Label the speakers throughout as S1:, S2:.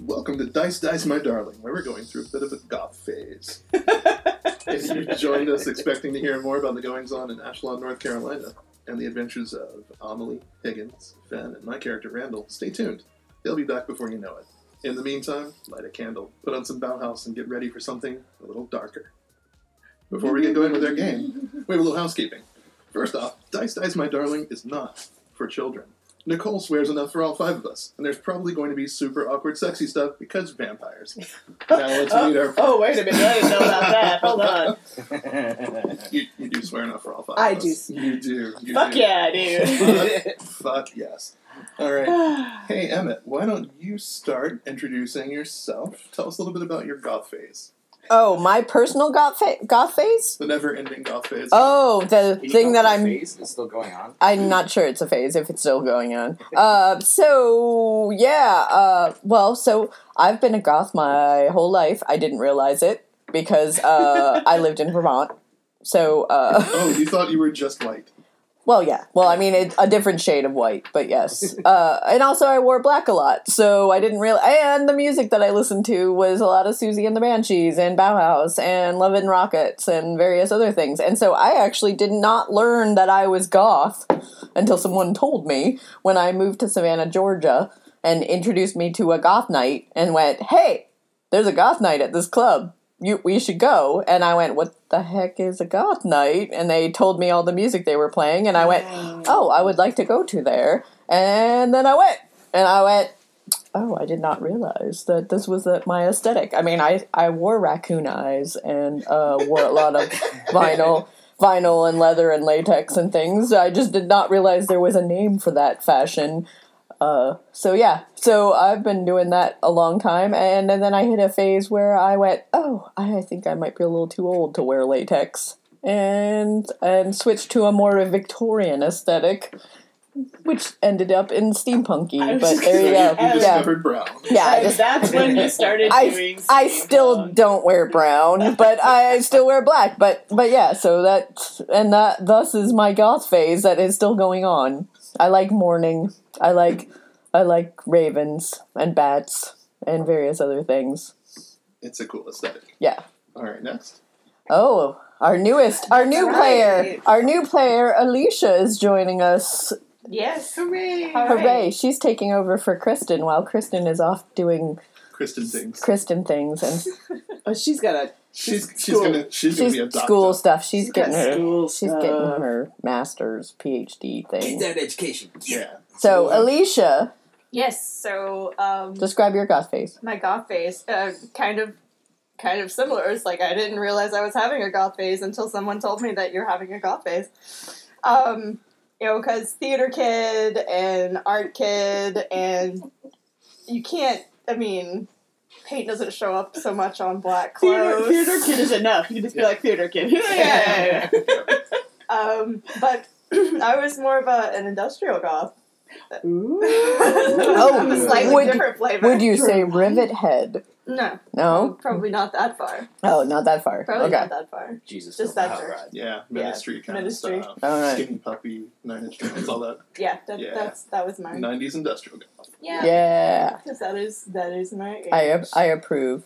S1: Welcome to Dice Dice My Darling, where we're going through a bit of a goth phase. if you joined us expecting to hear more about the goings on in Ashland, North Carolina, and the adventures of Amelie, Higgins, Fenn, and my character Randall, stay tuned. They'll be back before you know it. In the meantime, light a candle, put on some Bauhaus, and get ready for something a little darker. Before we get going with our game, we have a little housekeeping. First off, Dice Dice My Darling is not for children. Nicole swears enough for all five of us, and there's probably going to be super awkward, sexy stuff because vampires. now let's meet our.
S2: Oh, wait a minute. I didn't know about that. Hold on.
S1: You, you do swear enough for all five.
S2: I
S1: of
S2: do
S1: us. You do. You
S2: Fuck
S1: do.
S2: yeah, dude.
S1: Fuck yes. All right. Hey Emmett, why don't you start introducing yourself? Tell us a little bit about your goth phase,
S3: Oh, my personal goth, fa- goth phase?
S1: the never-ending goth phase.
S3: Oh, the thing that I'm
S4: Phase is still going on.
S3: I'm not sure it's a phase if it's still going on. Uh, so yeah, uh, well, so I've been a goth my whole life. I didn't realize it because uh, I lived in Vermont. So uh,
S1: Oh, you thought you were just white.
S3: well, yeah, well, I mean, it's a different shade of white, but yes. Uh, and also, I wore black a lot, so I didn't realize. And the music that I listened to was a lot of Susie and the Banshees and Bauhaus and Love and Rockets and various other things. And so, I actually did not learn that I was goth until someone told me when I moved to Savannah, Georgia, and introduced me to a goth night and went, "Hey, there's a goth night at this club. You, we should go." And I went, "What the heck is a goth night?" And they told me all the music they were playing, and I went, "Oh, I would like to go to there." And then I went, and I went. Oh, I did not realize that this was the, my aesthetic. I mean, I, I wore raccoon eyes and uh, wore a lot of vinyl vinyl and leather and latex and things. I just did not realize there was a name for that fashion. Uh, so yeah, so I've been doing that a long time, and, and then I hit a phase where I went, oh, I think I might be a little too old to wear latex, and and switched to a more Victorian aesthetic, which ended up in
S2: I
S3: steampunky.
S2: was
S3: But
S2: just
S3: there you
S2: gonna
S3: go,
S2: say, I was
S3: yeah,
S1: Discovered brown.
S3: yeah. I
S2: And
S3: just-
S2: that's when you started
S3: I-
S2: doing.
S3: I
S2: Steve
S3: still
S2: Allen.
S3: don't wear brown, but I still wear black. But but yeah, so that and that thus is my goth phase that is still going on. I like mourning. I like I like ravens and bats and various other things.
S1: It's a cool aesthetic.
S3: Yeah.
S1: All right, next.
S3: Oh, our newest, our new
S2: Right.
S3: player, our new player, Alicia is joining us.
S2: Yes.
S4: Hooray!
S3: Hooray! She's taking over for Kristen while Kristen is off doing
S1: Kristen sings.
S3: Kristen things and
S2: Oh, she's got a.
S1: She's she's
S2: School.
S1: gonna she's, gonna be a
S3: she's
S1: doctor.
S3: school stuff. She's
S2: She's got
S3: getting her
S2: school
S3: She's
S2: stuff.
S3: getting her master's PhD
S4: Get
S3: thing.
S4: that education.
S1: Yeah.
S3: So, Alicia,
S5: Yes, so um,
S3: describe your goth phase.
S5: my goth phase, uh, kind of, kind of similar. It's like I didn't realize I was having a goth phase until someone told me that you're having a goth phase. Um, you know, because theater kid and art kid, and you can't. I mean, paint doesn't show up so much on black
S2: Theater,
S5: clothes.
S2: theater kid is enough. You can just be like theater kid. yeah, yeah, yeah, yeah.
S5: Um, but I was more of a, an industrial goth.
S2: Ooh.
S5: oh, a slightly
S3: would-
S5: different flavor.
S3: Would you say rivet head?
S5: No,
S3: No?
S5: probably not that far.
S3: Oh, not that far.
S5: Probably
S3: okay.
S5: not that far.
S4: Jesus.
S5: Just
S4: don't
S5: that
S4: know how
S5: church.
S4: right.
S1: Yeah, ministry kind
S5: ministry.
S1: of stuff.
S3: All right.
S1: Skinny puppy, nine inch nails, all that.
S5: Yeah, that,
S1: Yeah.
S5: that's that was mine.
S1: Nineties industrial goth.
S5: Yeah,
S3: Yeah.
S5: 'cause that is that is my.
S3: I, ap- I approve.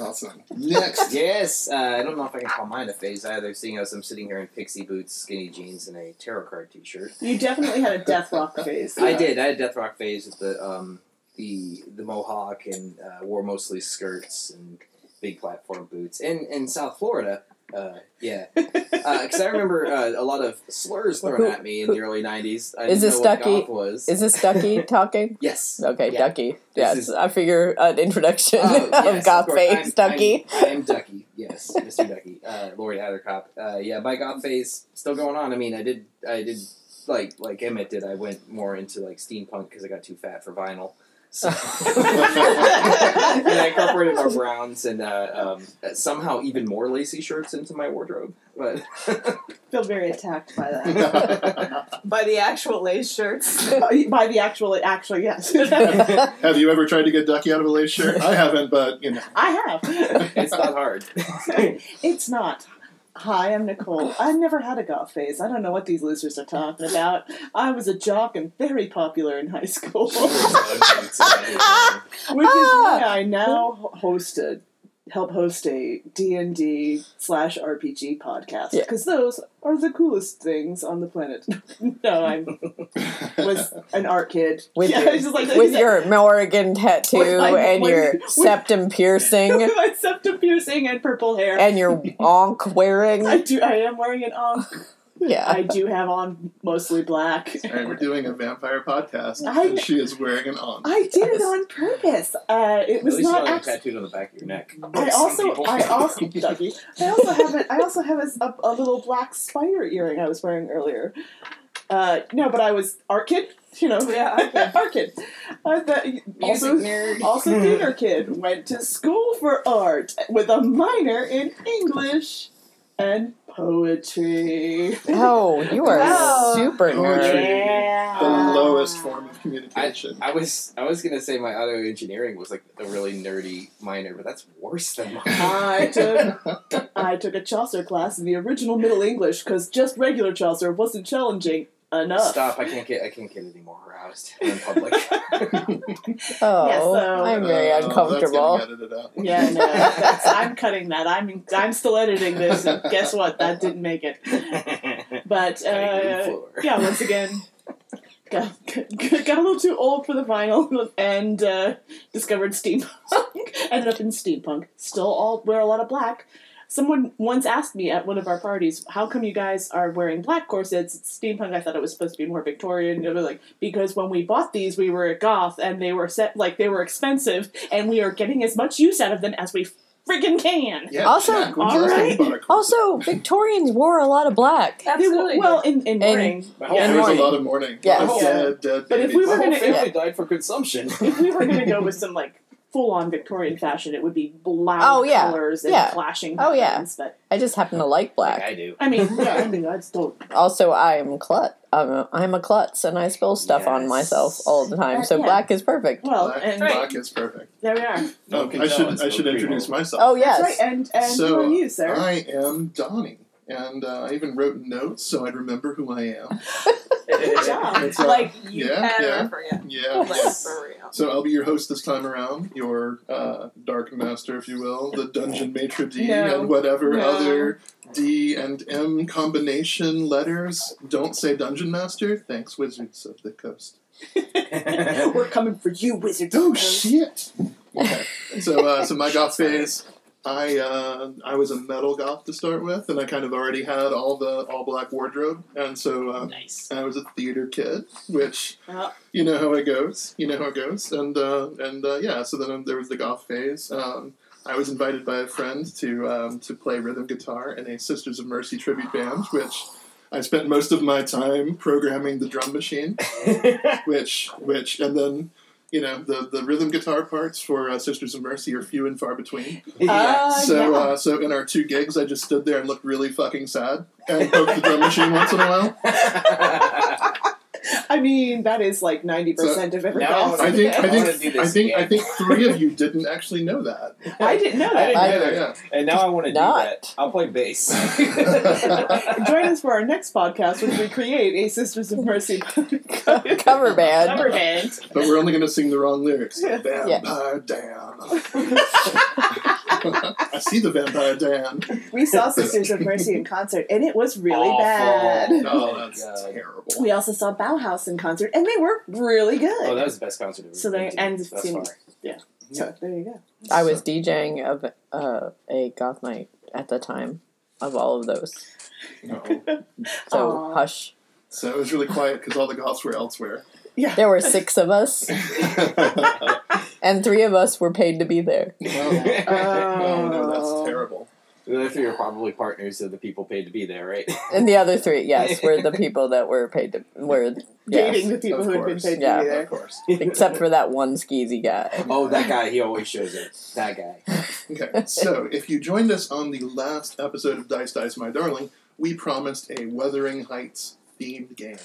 S1: Awesome. Next.
S4: Yes, uh, I don't know if I can call mine a phase either, seeing as I'm sitting here in pixie boots, skinny jeans, and a tarot card T-shirt.
S2: You definitely had a death rock phase.
S4: I did. I had death rock phase with the um, the the mohawk and uh, wore mostly skirts and big platform boots. And in South Florida, uh, yeah, because I remember uh, a lot of slurs thrown
S3: Who-
S4: at me in the early '90s. I
S3: Is
S4: didn't
S3: this
S4: know what
S3: Ducky?
S4: goth was.
S3: Is this Ducky talking?
S4: yes.
S3: Okay,
S4: Yeah.
S3: Ducky.
S4: This
S3: Yes,
S4: is-
S3: I figure an introduction
S4: Oh, yes,
S3: of goth
S4: course.
S3: phase,
S4: I'm-
S3: Ducky.
S4: I'm, I am Ducky. Yes, Mr. Ducky. Uh, Lori Hathercop. Uh, yeah, my goth phase still going on. I mean, I did, I did, like, like Emmett did. I went more into like steampunk because I got too fat for vinyl. So. and I incorporated more browns and uh, um, somehow even more lacy shirts into my wardrobe. But
S2: feel very attacked by that.
S1: Have
S5: by the actual lace shirts.
S2: Uh, by the actual, actually, yes.
S1: you ever tried to get Ducky out of a lace shirt? I haven't, but you know.
S2: I have.
S4: it's not hard.
S2: It's not. Hi, I'm Nicole. I've never had a goth phase. I don't know what these losers are talking about. I was a jock and very popular in high school, which
S4: uh,
S2: is why
S3: Ah!
S2: I now hosted, help host a D and D slash RPG podcast
S3: Yeah.
S2: because those are the coolest things on the planet. no, I was an art kid
S3: With
S2: yeah,
S3: your-
S2: it's just like
S3: with your Morrigan tattoo
S2: With my-
S3: and
S2: with-
S3: your
S2: with-
S3: septum piercing
S2: with my septum piercing and purple hair.
S3: and your onk
S2: I
S3: wearing.
S2: do. I am wearing an um.
S3: Yeah.
S2: I do have on mostly black.
S1: And we're doing a vampire podcast,
S2: I-
S1: and she is wearing an on.
S2: I did it on purpose. Uh, it
S4: At
S2: was
S4: least you
S2: not.
S4: don't have
S2: acc-
S4: tattooed on the back of your neck.
S2: I
S4: Some
S2: also,
S4: people.
S2: I also, Dougie, I also have a, I also have a, a little black spider earring I was wearing earlier. Uh, no, but I was art kid, you know,
S5: Yeah,
S2: art kid. Uh, the,
S4: Music
S2: also,
S4: nerd.
S2: also theater kid. Went to school for art with a minor in English and poetry.
S3: Oh, you are
S5: Wow.
S3: super
S1: Poetry.
S3: nerd.
S1: The lowest form of communication.
S4: I was I was gonna say my auto engineering was like a really nerdy minor, but that's worse than mine.
S2: I took
S1: Oh,
S2: I took a Chaucer class in the original Middle English because just regular Chaucer wasn't challenging enough.
S4: Stop! I can't get I can't get any more aroused in public.
S3: Oh,
S2: Yeah, so-
S3: I'm very
S1: Oh,
S3: uncomfortable.
S1: That's getting edited out.
S2: Yeah, no, that's, I'm cutting that. I'm I'm still editing this. And guess what? That didn't make it. But uh, yeah, once again, got, got a little too old for the vinyl and uh, discovered steampunk. Ended up in steampunk. Still all wear a lot of black. Someone once asked me at one of our parties, "How come you guys are wearing black corsets? It's steampunk. I thought it was supposed to be more Victorian." And I was like, "Because when we bought these, we were at goth, and they were set like they were expensive, and we are getting as much use out of them as we freaking can."
S1: Yeah,
S3: Also-
S1: Jack, when's the last time you
S2: alright.
S1: bought a corset?
S3: Also, Victorians wore a lot of black.
S2: They were-
S5: absolutely.
S2: well, in in
S3: And-
S2: mourning, yeah.
S4: My whole
S1: there
S4: family-
S1: was a lot of mourning.
S3: Yes.
S1: Like,
S2: Yeah.
S1: dead, dead
S2: But
S1: babies.
S2: if we
S4: my
S2: were
S4: whole
S2: gonna-
S4: family died for consumption.
S2: if we were going to go with some like full on Victorian fashion, it would be loud
S3: Oh, yeah.
S2: colors and
S3: Yeah.
S2: flashing.
S3: Oh, yeah.
S2: patterns, But
S3: I just happen to like
S4: like
S3: black.
S4: I do.
S2: I mean, yeah, I mean, I still
S3: Also, I am clut. I'm a, I'm a klutz, and I spill stuff on
S4: Yes.
S3: myself all the time.
S2: Uh,
S3: So
S2: yeah.
S3: black is perfect.
S2: well,
S1: black,
S2: and
S1: black is perfect.
S2: there we are.
S4: No
S1: oh, I should
S4: condolence,
S1: I
S4: no
S1: should
S4: primo.
S1: introduce myself.
S3: Oh
S2: That's
S3: yes,
S2: right. And and who
S1: So,
S2: are you, sir?
S1: I am Donnie, and uh, I even wrote notes so I'd remember who I am.
S2: Good job.
S1: It's, uh,
S5: like you
S1: yeah,
S5: ever
S1: yeah.
S5: forget.
S2: Oh
S1: yeah.
S5: Like
S1: yeah.
S5: for real.
S1: So I'll be your host this time around, your uh, dark master, if you will, the dungeon maitre d,
S2: No.
S1: and whatever
S2: No.
S1: other D and M combination letters. Don't say dungeon master. Thanks, wizards of the coast.
S2: we're coming for you, wizard.
S1: Oh shit! Okay. So, uh, so my goth phase, I uh, I was a metal goth to start with, and I kind of already had all the all black wardrobe, and so uh,
S2: Nice.
S1: I was a theater kid, which
S2: Oh.
S1: you know how it goes. You know how it goes, and uh, and uh, yeah. So then um, there was the goth phase. Um, I was invited by a friend to um, to play rhythm guitar in a Sisters of Mercy tribute band, which I spent most of my time programming the drum machine, which which and then. You know the, the rhythm guitar parts for uh, Sisters of Mercy are few and far between.
S2: Uh,
S1: so
S2: yeah.
S1: uh, so in our two gigs, I just stood there and looked really fucking sad and poked the drum machine once in a while.
S2: Uh, I mean, that is like ninety percent of every
S4: now
S2: goth.
S1: I
S4: I'm
S1: think I
S4: I wanna
S1: think
S4: do
S1: I
S4: this
S1: think I
S4: again.
S1: think three of you didn't actually know that.
S2: I didn't know
S4: I
S2: that.
S4: didn't
S3: I-
S4: either.
S1: yeah.
S4: And now I want to do
S3: Not.
S4: that. I'll play bass.
S2: Join us for our next podcast, which we create a Sisters of Mercy
S3: cover band.
S2: cover band.
S1: But we're only going to sing the wrong lyrics. Vampire Dan. I see the Vampire Dan.
S2: We saw Sisters of Mercy in concert, and it was really
S4: Awful.
S2: bad.
S1: Oh, that's
S4: God.
S1: terrible.
S2: We also saw Bauhaus in concert, and they were really good.
S4: oh, that was the best concert I've
S2: So
S4: ever
S2: they-
S4: been to
S2: and
S4: thus
S2: seen-
S4: far.
S2: so there you go.
S3: I was DJing of uh, a goth night at the time of all of those.
S1: No.
S3: So
S2: Aw.
S3: hush.
S1: So it was really quiet because all the goths were elsewhere.
S2: Yeah,
S3: There were six of us,
S1: oh,
S3: and three of us were paid to be there.
S1: Oh, no,
S2: Oh.
S1: that's terrible.
S4: The other three are probably partners of the people paid to be there, right?
S3: And the other three, yes, were the people that were paid to were
S2: dating
S3: yes,
S2: the people
S1: of
S2: who had been
S1: course.
S2: paid
S3: Yeah.
S2: to be
S1: Of
S2: there.
S1: course.
S3: except for that one skeezy guy.
S4: oh, that guy. He always shows up. That guy.
S1: Okay, so if you joined us on the last episode of Dice Dice My Darling, we promised a Wuthering Heights themed game.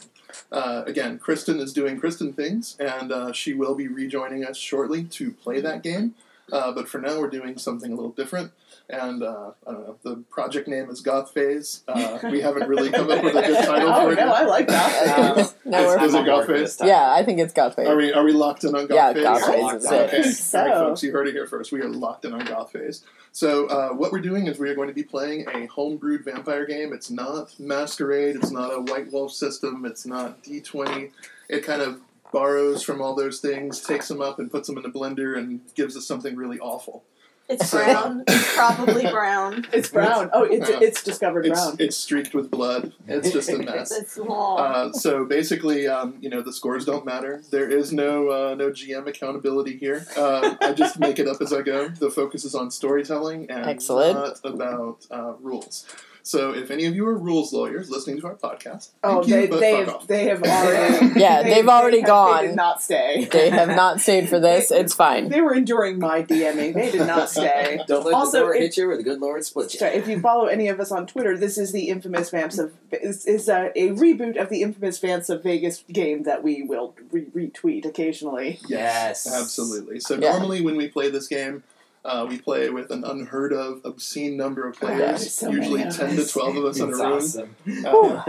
S1: Uh, again, Kristen is doing Kristen things, and uh, she will be rejoining us shortly to play that game. Uh, but for now, we're doing something a little different. And uh, I don't know, the project name is Goth Phase. Uh, we haven't really come up with a good title
S2: oh,
S1: for it.
S2: no,
S1: yet.
S2: I like that.
S4: Um,
S3: It's-
S1: it's-
S3: we're-
S1: is it
S4: I'm on board
S1: Godface?
S4: this time.
S3: yeah, I think it's Godface.
S1: Are we are we locked in on Goth
S3: Yeah,
S1: Phase?
S3: Goth
S4: Phase
S1: Locked
S4: is
S1: in.
S4: it.
S1: Okay.
S2: So-
S1: All right, folks, you heard it here first. We are locked in on Goth Phase. So uh, what we're doing is we are going to be playing a homebrewed vampire game. It's not Masquerade. It's not a White Wolf system. It's not D twenty. It kind of borrows from all those things, takes them up, and puts them in a blender, and gives us something really awful.
S5: It's
S1: So-
S5: brown. It's probably brown.
S2: It's brown. Oh, it's
S1: Yeah.
S2: it's discovered
S1: It's,
S2: brown.
S1: it's streaked with blood. It's just a
S5: It's,
S1: mess.
S5: it's long.
S1: Uh, so basically, um, you know, the scores don't matter. There is no uh, no GM accountability here. Uh, I just make it up as I go. The focus is on storytelling and
S3: Excellent.
S1: not about uh, rules. So if any of you are rules lawyers listening to our podcast,
S2: Oh,
S1: thank you,
S2: they
S1: but
S2: they
S1: fuck
S2: have,
S1: off.
S2: they have already
S3: Yeah,
S2: they,
S3: they've
S2: they
S3: already
S2: have- They
S3: gone.
S2: did not stay.
S3: They have not stayed for this. It's fine.
S2: They were enduring my DMing. They did not stay.
S4: Don't let
S2: Also,
S4: the Lord
S2: if-
S4: hit you where the good Lord split you.
S2: Sorry, if you follow any of us on Twitter, this is the infamous Vamps of is, is a, a reboot of the infamous Vamps of Vegas game that we will re- retweet occasionally.
S1: Yes,
S4: Yes.
S1: absolutely. So
S3: Yeah.
S1: normally when we play this game, uh, we play with an unheard of, obscene number of
S2: there's
S1: players.
S2: so many
S1: usually
S2: of
S1: ten to
S2: us.
S1: twelve of us in a
S4: It's
S1: room.
S4: awesome.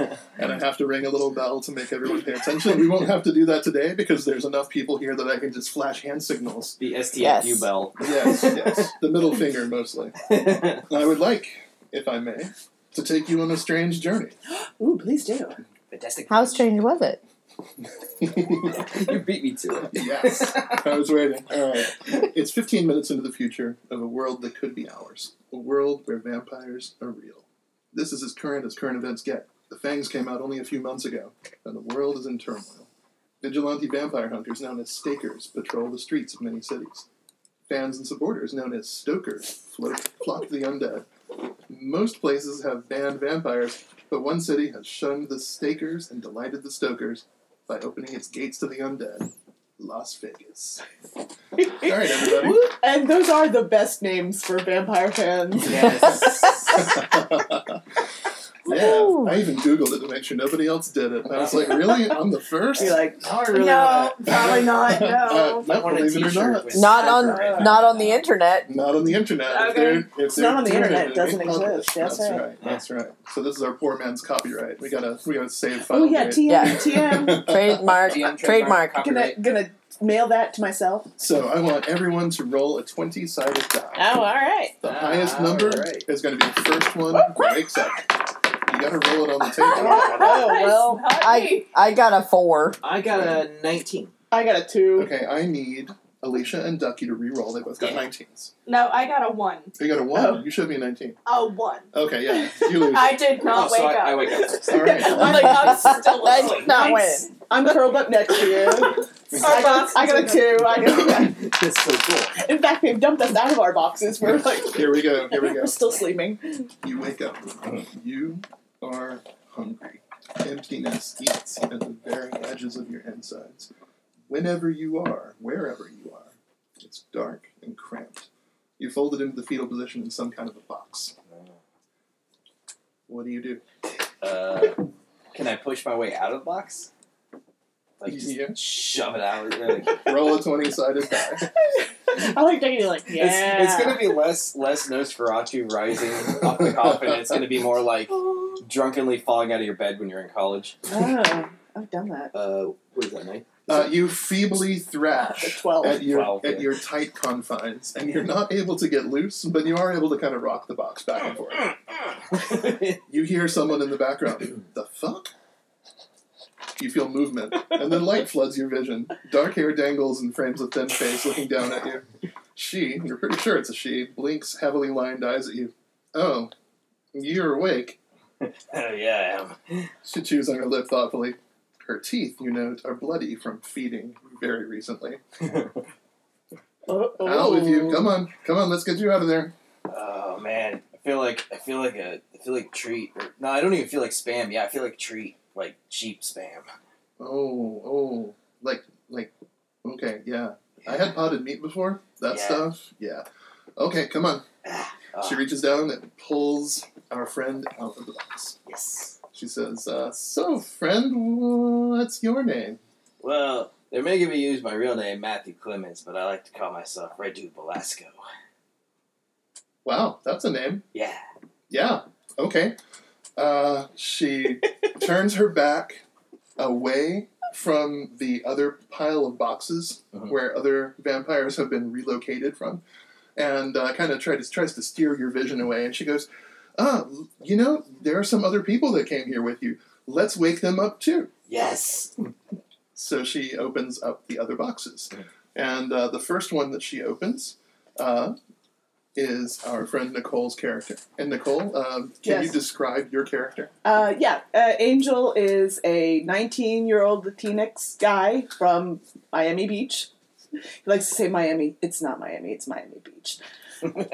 S1: Uh, and I have to ring a little bell to make everyone pay attention. We won't have to do that today because there's enough people here that I can just flash hand signals.
S4: The STFU
S3: Yes.
S4: bell.
S1: Yes, yes. The middle finger mostly. I would like, if I may, to take you on a strange journey.
S2: Ooh, please do.
S4: Fantastic.
S3: How strange was it?
S4: you beat me to
S1: yes,
S4: it.
S1: I was waiting. All right. It's 15 minutes into the future of a world that could be ours, a world where vampires are real. This is as current as current events get. The Fangs came out only a few months ago, and the world is in turmoil. Vigilante vampire hunters known as stakers patrol the streets of many cities. Fans and supporters known as stokers float, flock the undead. Most places have banned vampires, but one city has shunned the stakers and delighted the stokers by opening its gates to the undead. Las Vegas. All right, everybody.
S2: Woo! and those are the best names for vampire fans.
S4: yes.
S1: yeah, I even googled it to make sure nobody else did it. And I was like, really? I'm the first?
S2: Be like,
S4: Now I really
S5: no,
S4: want
S5: probably not.
S1: Uh,
S5: No.
S1: no,
S4: want a
S1: believe it or
S4: t-shirt
S1: not,
S4: with-
S3: Not on
S2: Right.
S3: not on the internet.
S1: not on the internet. If
S5: Okay.
S1: they're, if
S2: It's not
S1: they're
S2: on the
S1: doing
S2: internet.
S1: it, it
S2: Doesn't
S1: ain't published.
S2: exist. That's
S1: That's
S2: right.
S1: right. That's right. So this is our poor man's copyright. We gotta we gotta save file.
S2: oh yeah,
S1: date.
S2: TM,
S3: Yeah.
S2: TM.
S3: Trademark,
S4: GM
S3: trademark.
S2: Gonna
S4: copyright.
S2: gonna mail that to myself.
S1: so I want everyone to roll a twenty sided die.
S2: Oh, right.
S1: The
S4: Ah,
S1: highest number
S4: alright.
S1: is gonna be the first one that wakes up. You gotta roll it on the table.
S2: Oh well,
S5: It's not me.
S3: I I got a four.
S4: I got a 19.
S2: I got a two.
S1: Okay, I need Alicia and Ducky to re-roll. They both got
S4: Yeah.
S1: 19s.
S5: No, I got a one.
S1: You got a one.
S2: Oh.
S1: You should be 19.
S5: A one.
S1: Okay, yeah, you lose.
S5: I did
S4: oh,
S5: not wake
S4: so I,
S5: up.
S4: I wake up first.
S1: All right.
S2: I'm like, I'm
S5: still
S3: I
S5: asleep.
S3: did not
S2: Nice.
S3: win.
S2: I'm curled up next to you.
S5: Our
S2: I got,
S5: box
S2: I got a two. I got,
S4: That's so cool.
S2: in fact, they've dumped us out of our boxes. We're like,
S1: Here we go. Here we go.
S2: we're still sleeping.
S1: You wake up. You are hungry. Emptiness eats at the very edges of your insides. Whenever you are, wherever you are, it's dark and cramped. You're folded into the fetal position in some kind of a box. What do you do?
S4: Uh, can I push my way out of the box? Like, just
S1: Yeah.
S4: shove it out. Like,
S1: Roll a 20 sided die.
S2: I like that you're like, yeah.
S4: It's, it's gonna be less less Nosferatu rising off the coffin. It's gonna be more like drunkenly falling out of your bed when you're in college.
S2: Oh, I've done that.
S4: Uh, what is that night?
S1: Uh, you feebly
S2: The
S1: thrash.
S2: twelve.
S1: At your
S4: Twelve,
S1: at
S4: yeah.
S1: your tight confines, and you're not able to get loose, but you are able to kind of rock the box back and forth. You hear someone in the background. The fuck? You feel movement, and then light floods your vision. Dark hair dangles and frames a thin face looking down at you. She, you're pretty sure it's a she, blinks heavily lined eyes at you. Oh, you're awake.
S4: oh, yeah, I am.
S1: She chews on her lip thoughtfully. Her teeth, you note, are bloody from feeding very recently.
S2: Oh,
S1: Out with you. Come on. Come on, let's get you out of there.
S4: Oh man, I feel like I feel like a I feel like treat. Or, no, I don't even feel like spam. Yeah, I feel like treat, like cheap spam.
S1: Oh, oh. Like, like, okay, yeah. I had potted meat before. That
S4: Yeah.
S1: stuff. Yeah. Okay, come on.
S4: Uh,
S1: She reaches down and pulls our friend out of the box.
S4: yes.
S1: She says, uh, So, friend, what's your name?
S4: Well, They're making me use my real name, Matthew Clemens, but I like to call myself Redu Belasco.
S1: Wow, that's a name.
S4: Yeah.
S1: Yeah. Okay. Uh, she turns her back away from the other pile of boxes
S4: Mhm.
S1: where other vampires have been relocated from, and uh, kind of tries tries to steer your vision away. And she goes, "Ah, you know, there are some other people that came here with you. Let's wake them up too."
S4: Yes.
S1: So she opens up the other boxes, and uh, the first one that she opens. Uh, is our friend Nicole's character. And Nicole, uh, can you
S2: Yes.
S1: describe your character?
S2: Uh, yeah, uh, Angel is a 19 year old Latinx guy from Miami Beach. He likes to say Miami. It's not Miami, it's Miami Beach.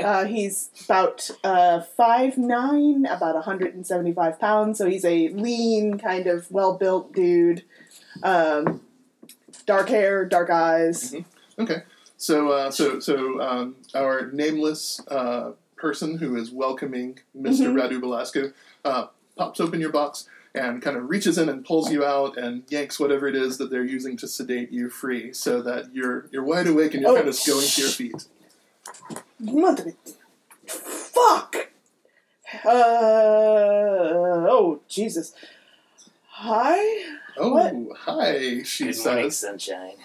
S2: uh, he's about uh, 5'9, about 175 pounds, so he's a lean, kind of well built dude. Um, dark hair, dark eyes.
S1: So, uh, so, so um, our nameless uh, person who is welcoming mister
S2: Mhm.
S1: Radu Velasco uh, pops open your box and kind of reaches in and pulls you out and yanks whatever it is that they're using to sedate you free, so that you're you're wide awake and you're
S2: Oh,
S1: kind of going to your feet.
S2: Mother. Fuck! Uh, oh, Jesus. Hi?
S1: Oh,
S2: What?
S1: hi! She
S4: Good morning,
S1: says.
S4: sunshine.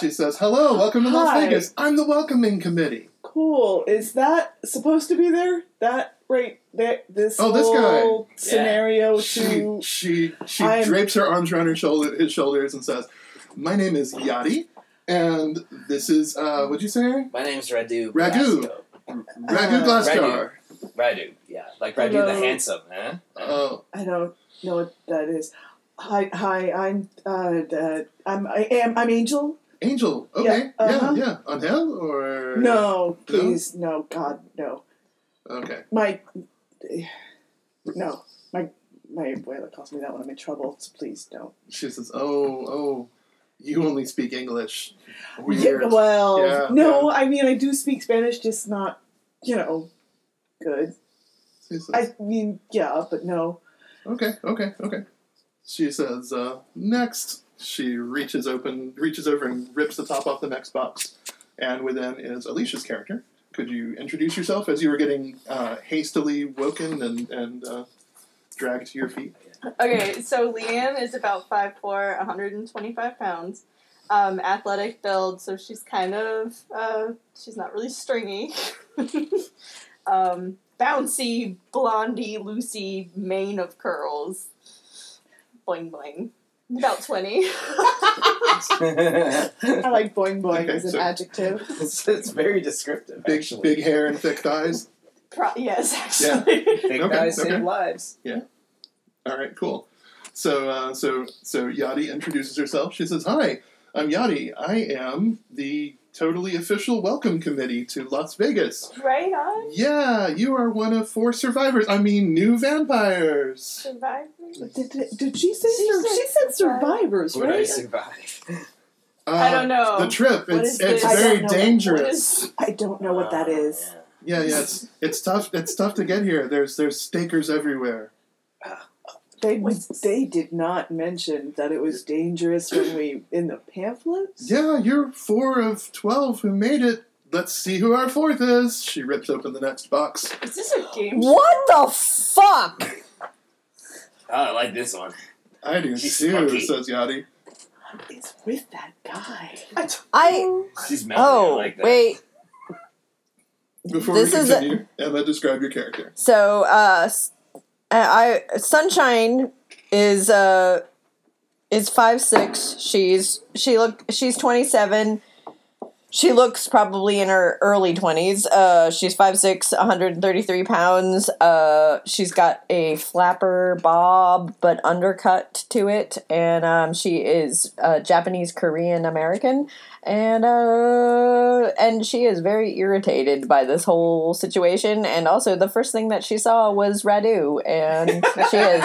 S1: She says, "Hello, welcome to Las
S2: Hi.
S1: Vegas. I'm the welcoming committee."
S2: Cool. Is that supposed to be there? That right there this
S1: Oh, this guy.
S2: whole scenario
S1: She
S2: to
S1: she she
S2: Oh, I'm-
S1: drapes her arms around her shoulder his shoulders and says, "My name is Yadi." And this is uh, what'd you say?
S4: My name's Radu.
S1: Radu.
S4: Belasco.
S1: Ragu
S2: Uh,
S1: Glastar.
S4: Radu. Yeah, like Radu the
S2: Hello.
S4: handsome, huh?
S1: Oh,
S2: I don't know what that is. Hi hi, I'm uh the, I'm I am I'm Angel.
S1: Angel. Okay. Yeah.
S2: Yeah, uh-huh.
S1: Yeah. On hell or
S2: No, please, no, God, no.
S1: Okay.
S2: My no. My my boiler calls me that when I'm in trouble, so please don't.
S1: She says, "Oh, oh, you only speak English." Weird.
S2: Yeah, well,
S1: Yeah,
S2: no, I mean I do speak Spanish, just not, you know, good.
S1: She says,
S2: I mean, yeah, but no.
S1: okay. Okay. Okay. She says, uh, "Next." She reaches open, reaches over, and rips the top off the next box, and within is Alicia's character. Could you introduce yourself as you were getting uh, hastily woken and and uh, dragged to your feet?
S5: Okay, so Leanne is about 5'4, 125 pounds. Um, athletic build, so she's kind of, uh, she's not really stringy. um, bouncy, blondie, loosey mane of curls. Bling bling. About 20.
S2: I like boing boing
S1: Okay,
S2: as an
S1: so-
S2: adjective.
S4: it's, it's very descriptive.
S1: Big
S4: actually.
S1: big hair and thick thighs.
S5: Pro- yes, actually.
S4: Big
S1: Okay,
S4: guys
S1: okay.
S4: save lives.
S1: All right, cool. So, uh, so, so Yadi introduces herself. She says, "Hi, I'm Yadi. I am the totally official welcome committee to Las Vegas.
S5: Right on.
S1: Yeah, you are one of four survivors. I mean, new vampires.
S5: Survivors.
S2: Did, did, did she say
S5: She
S2: sur-
S5: said
S2: she said survivors,
S4: Would I
S2: right?
S4: survive?
S1: Uh,
S5: I don't know.
S1: The trip.
S5: What
S1: It's
S5: is
S1: it's
S5: this? I
S1: very
S2: don't know.
S1: dangerous.
S5: What is-
S2: I don't know what that
S4: Uh,
S2: is.
S1: yeah, yeah. It's, it's tough. It's tough to get here. There's there's stakers everywhere.
S2: They they did not mention that it was dangerous when we in the pamphlets.
S1: Yeah, you're four of twelve who made it. Let's see who our fourth is. She rips open the next box.
S5: is this a game show?
S3: What the fuck?
S4: Oh, I like this one.
S1: I do
S4: She's
S1: too,
S4: lucky.
S1: says Yadi.
S2: What is with that guy?
S5: I don't
S3: I
S5: know.
S4: She's melting. I
S3: oh
S4: like that.
S3: wait.
S1: Before
S3: This
S1: we
S3: is a-
S1: continue, Emma, describe your character.
S3: So uh, s- I I- Sunshine is uh is five six. She's she look she's twenty seven. She looks probably in her early 20s. Uh, she's 5'6, 133 pounds. Uh, she's got a flapper bob, but undercut to it. And um, she is uh, Japanese Korean American. And uh, and she is very irritated by this whole situation. And also, the first thing that she saw was Radu. And she is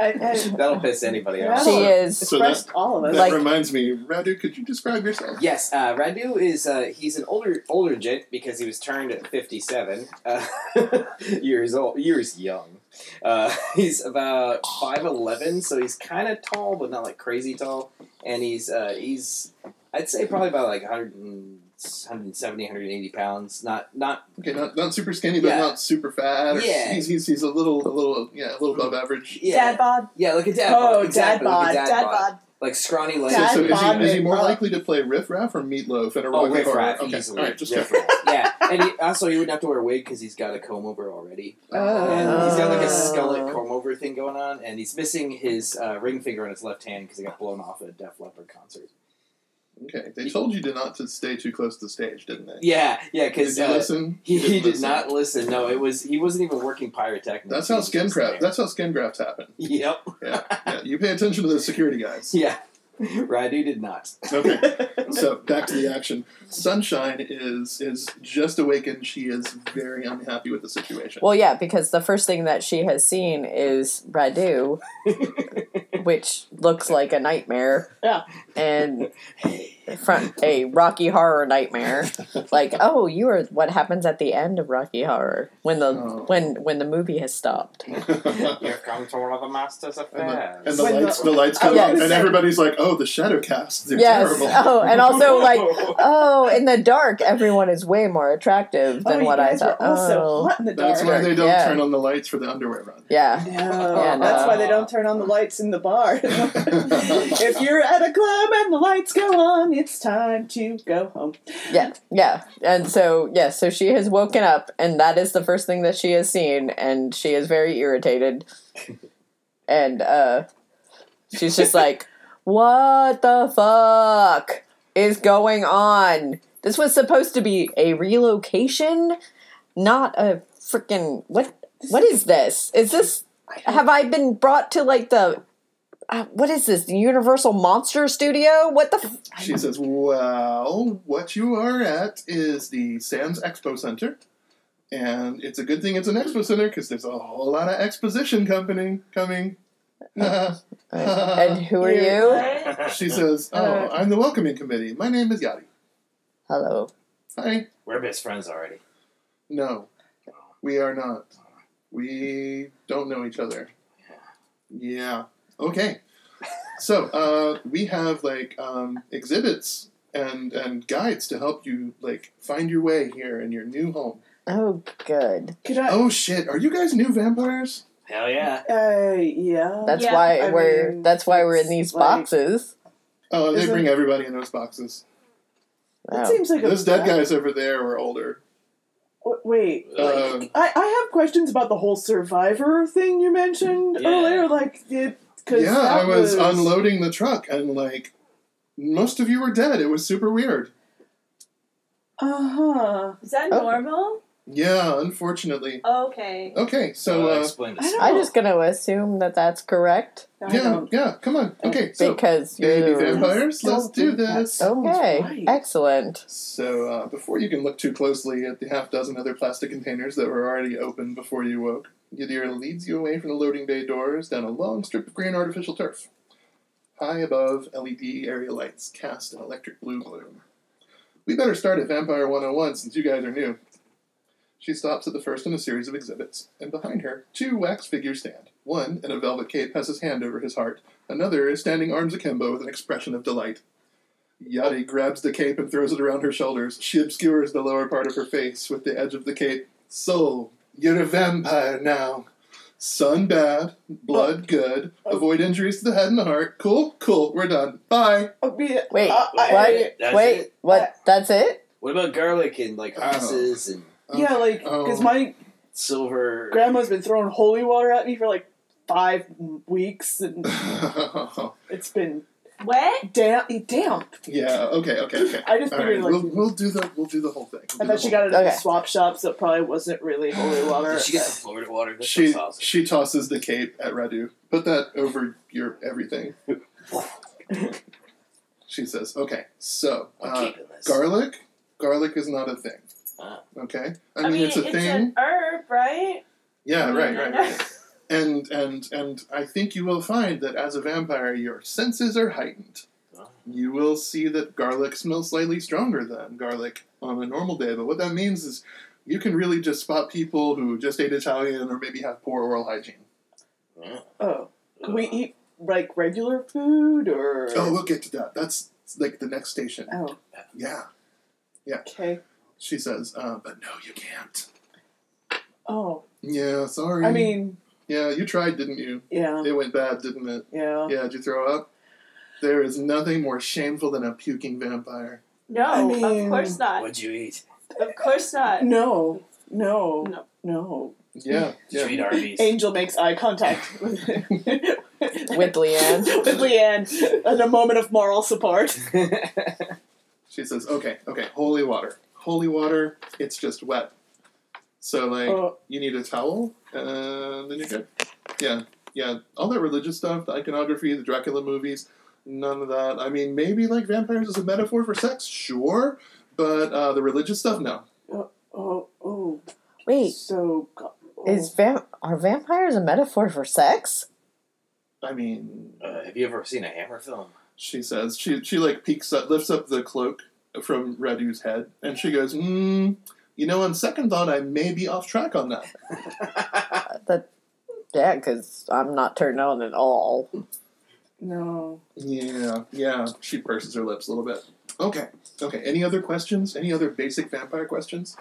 S2: I, I,
S4: That'll piss anybody
S2: Yeah.
S4: off.
S3: She is.
S1: So that-
S2: expressed all of
S1: That
S2: us.
S3: Like-
S1: reminds me, Radu, could you describe yourself?
S4: Yes, uh, Radu is uh, he's an older older gent because he was turned at fifty seven uh, years old years young. Uh, he's about five eleven, so he's kind of tall, but not like crazy tall. And he's uh, he's I'd say probably about like 100 and, 170, 180 pounds. Not not
S1: Okay, not, not super skinny, but
S4: Yeah.
S1: not super fat. Or
S4: Yeah.
S1: he's, he's, he's a little a little yeah a little above average.
S4: yeah
S5: Dad bod.
S4: yeah like a dad
S2: Oh,
S4: bod exactly,
S2: dad
S4: like a
S2: bod,
S4: dad,
S5: Dad
S4: bod.
S5: bod.
S4: like scrawny
S1: So,
S4: legs.
S2: Dad
S1: so is, he,
S2: bod
S1: is he more
S2: mid-
S1: likely to play riff raff or meatloaf in a
S4: Oh,
S1: rock
S4: riff
S1: or
S4: raff,
S1: Okay,
S4: easily.
S1: all right, just
S4: Riff
S1: checking.
S4: raff. yeah, and he, also he wouldn't have to wear a wig because he's got a comb over already.
S3: Oh.
S4: And he's got like a skullet comb over thing going on, and he's missing his uh, ring finger on his left hand because it got blown off at a Def Leppard concert.
S1: Okay, they told you to not to stay too close to the stage, didn't they?
S4: Yeah, yeah,
S1: Did
S4: because
S1: you
S4: uh,
S1: listen?
S4: he,
S1: You didn't
S4: he did
S1: listen.
S4: not listen. No, it was he wasn't even working pyrotechnics.
S1: That's
S4: He
S1: how
S4: was
S1: skin
S4: just
S1: graft.
S4: there.
S1: That's how skin grafts happen.
S4: Yep.
S1: Yeah, you pay attention to the security guys.
S4: Yeah. Radu did not.
S1: Okay, so back to the action. Sunshine is is just awakened. She is very unhappy with the situation.
S3: Well, yeah, because the first thing that she has seen is Radu, which looks like a nightmare.
S2: Yeah.
S3: And front a Rocky Horror nightmare. like, oh, you are what happens at the end of Rocky Horror when the
S1: Oh.
S3: when when the movie has stopped.
S4: Here comes one of the masters of
S1: And
S4: fairs.
S1: And the
S2: When the-
S1: lights, the, lights
S2: I
S1: go
S3: was
S1: out,
S2: gonna
S1: and
S2: say-
S1: everybody's like, "Oh, the shadow cast, they're
S3: Oh, yes.
S1: terrible."
S3: Oh, and also like oh, in the dark everyone is way more attractive
S2: oh,
S3: than
S2: you
S3: what I
S2: guys
S3: thought.
S2: were also
S3: oh.
S2: hot in the dark.
S1: That's why they don't
S3: Yeah.
S1: turn on the lights for the underwear run.
S3: Yeah.
S2: No,
S3: Yeah,
S2: that's
S3: no.
S2: why they don't turn on the lights in the bar. if you're at a club and the lights go on, it's time to go home.
S3: Yeah. Yeah. And so yes, so she has woken up and that is the first thing that she has seen and she is very irritated. and uh she's just like, What the fuck is going on? This was supposed to be a relocation, not a freaking what what is this? Is this have I been brought to like the uh, what is this? The Universal Monster Studio? What the f-
S1: She says, "Well, what you are at is the Sands Expo Center, and it's a good thing it's an expo center because there's a whole lot of exposition company coming."
S3: And who are
S2: You're-
S3: you?
S1: she says,
S3: Uh,
S1: "Oh, I'm the welcoming committee. My name is Yadi.
S3: Hello.
S1: Hi.
S4: We're best friends already.
S1: No, we are not. We don't know each other. Yeah. Okay. So uh, we have like um, exhibits and and guides to help you like find your way here in your new home.
S3: Oh, good.
S2: Could I?
S1: Oh shit! Are you guys new vampires?
S4: Hell yeah.
S2: Uh, yeah.
S3: That's
S5: Yeah,
S3: why
S2: I
S3: we're
S2: mean,
S3: that's why we're in
S2: it's
S3: these
S2: like-
S3: boxes.
S1: Oh, they
S2: Isn't-
S1: bring everybody in those boxes.
S2: that
S3: Wow.
S2: seems like
S1: Those
S2: a
S1: dead guys over there were older.
S2: W- Wait,
S1: Um,
S2: I, I have questions about the whole survivor thing you mentioned
S4: Yeah.
S2: earlier. Like, it, cause
S1: yeah,
S2: that
S1: I was,
S2: was
S1: unloading the truck, and like most of you were dead. It was super weird.
S2: Uh huh.
S5: Is that
S3: Oh.
S5: normal?
S1: Yeah, unfortunately.
S5: Okay.
S1: Okay, so
S4: Well,
S1: uh,
S4: explain
S2: I
S4: this.
S2: don't-
S3: I'm just gonna assume that that's correct
S2: I
S1: yeah,
S2: don't-
S1: yeah. Come on. Okay, so
S3: because
S1: baby
S3: you're
S1: vampires, let's
S2: don't
S1: do
S2: think that
S1: this.
S2: sounds
S3: okay.
S2: right.
S3: Excellent.
S1: So uh, before you can look too closely at the half dozen other plastic containers that were already open before you woke, Yadira leads you away from the loading bay doors down a long strip of green artificial turf. High above, LED area lights cast an electric blue gloom. We better start at Vampire 101 since you guys are new. She stops at the first in a series of exhibits, and behind her, two wax figures stand. One, in a velvet cape, has his hand over his heart. Another is standing arms akimbo with an expression of delight. Yadi grabs the cape and throws it around her shoulders. She obscures the lower part of her face with the edge of the cape. So, you're a vampire now. Sun bad, blood good. Avoid injuries to the head and the heart. Cool, cool, we're done. Bye.
S2: Oh, yeah,
S3: Wait,
S2: uh, I-
S3: what?
S4: That's
S3: Wait,
S4: it?
S3: what? that's it?
S4: What about garlic and like
S1: Oh.
S4: horses and
S2: yeah, like, because
S1: um,
S2: my
S4: silver?
S2: grandma's been throwing holy water at me for like five weeks, and it's been
S5: What?
S2: damp. Damp.
S1: yeah, okay, okay, okay.
S2: I just
S1: All
S2: figured,
S1: right,
S2: like,
S1: we'll, we'll do the we'll do the whole thing.
S2: I
S1: We'll do the
S2: bet she
S1: whole-
S2: got it at
S3: Okay.
S2: the swap shop, so it probably wasn't really holy water.
S4: Did she get the Florida water? That
S1: She
S4: sounds awesome.
S1: she tosses the cape at Radu. Put that over your everything. she says, "Okay, so
S4: I'm
S1: uh,
S4: keeping this.
S1: Garlic? Garlic is not a thing.
S4: Ah.
S1: Okay? I mean, it's a thing.
S5: an herb, right?
S1: Yeah, right, right, right. And and and I think you will find that as a vampire, your senses are heightened.
S4: Oh.
S1: You will see that garlic smells slightly stronger than garlic on a normal day. But what that means is, you can really just spot people who just ate Italian or maybe have poor oral hygiene.
S2: Oh,
S4: Uh,
S2: can we eat like regular food or?
S1: Oh, we'll get to that. That's like the next station.
S2: Oh,
S1: Yeah,
S2: okay.
S1: she says. Uh, but no, you can't.
S2: Oh,
S1: Yeah, sorry.
S2: I mean,
S1: yeah, you tried, didn't you?
S2: yeah,
S1: It went bad, didn't it?
S2: yeah.
S1: Yeah, did you throw up? There is nothing more shameful than a puking vampire.
S5: No,
S2: I mean-
S5: of course not.
S4: What'd you eat?
S5: Of course not.
S2: No, no,
S5: No.
S2: no.
S1: Yeah,
S4: Did you
S1: yeah.
S4: eat Arby's?
S2: Angel makes eye contact with,
S3: with Leanne.
S2: with Leanne in a moment of moral support.
S1: She says, "Okay, okay, holy water, holy water. It's just wet. So like,
S2: Oh.
S1: you need a towel, and then you're good. Yeah, yeah. All that religious stuff, the iconography, the Dracula movies, none of that. I mean, maybe like vampires is a metaphor for sex, sure, but uh, the religious stuff, no.
S2: Oh, oh,
S3: Wait,
S2: so go- oh.
S3: is vam- are vampires a metaphor for sex?
S1: I mean,
S4: Uh, have you ever seen a Hammer film?
S1: she says she she like peeks up lifts up the cloak from Radu's head and she goes mm, you know on second thought I may be off track on that
S3: That yeah, because I'm not turned on at all.
S2: no?
S1: yeah yeah she purses her lips a little bit okay okay any other questions any other basic vampire questions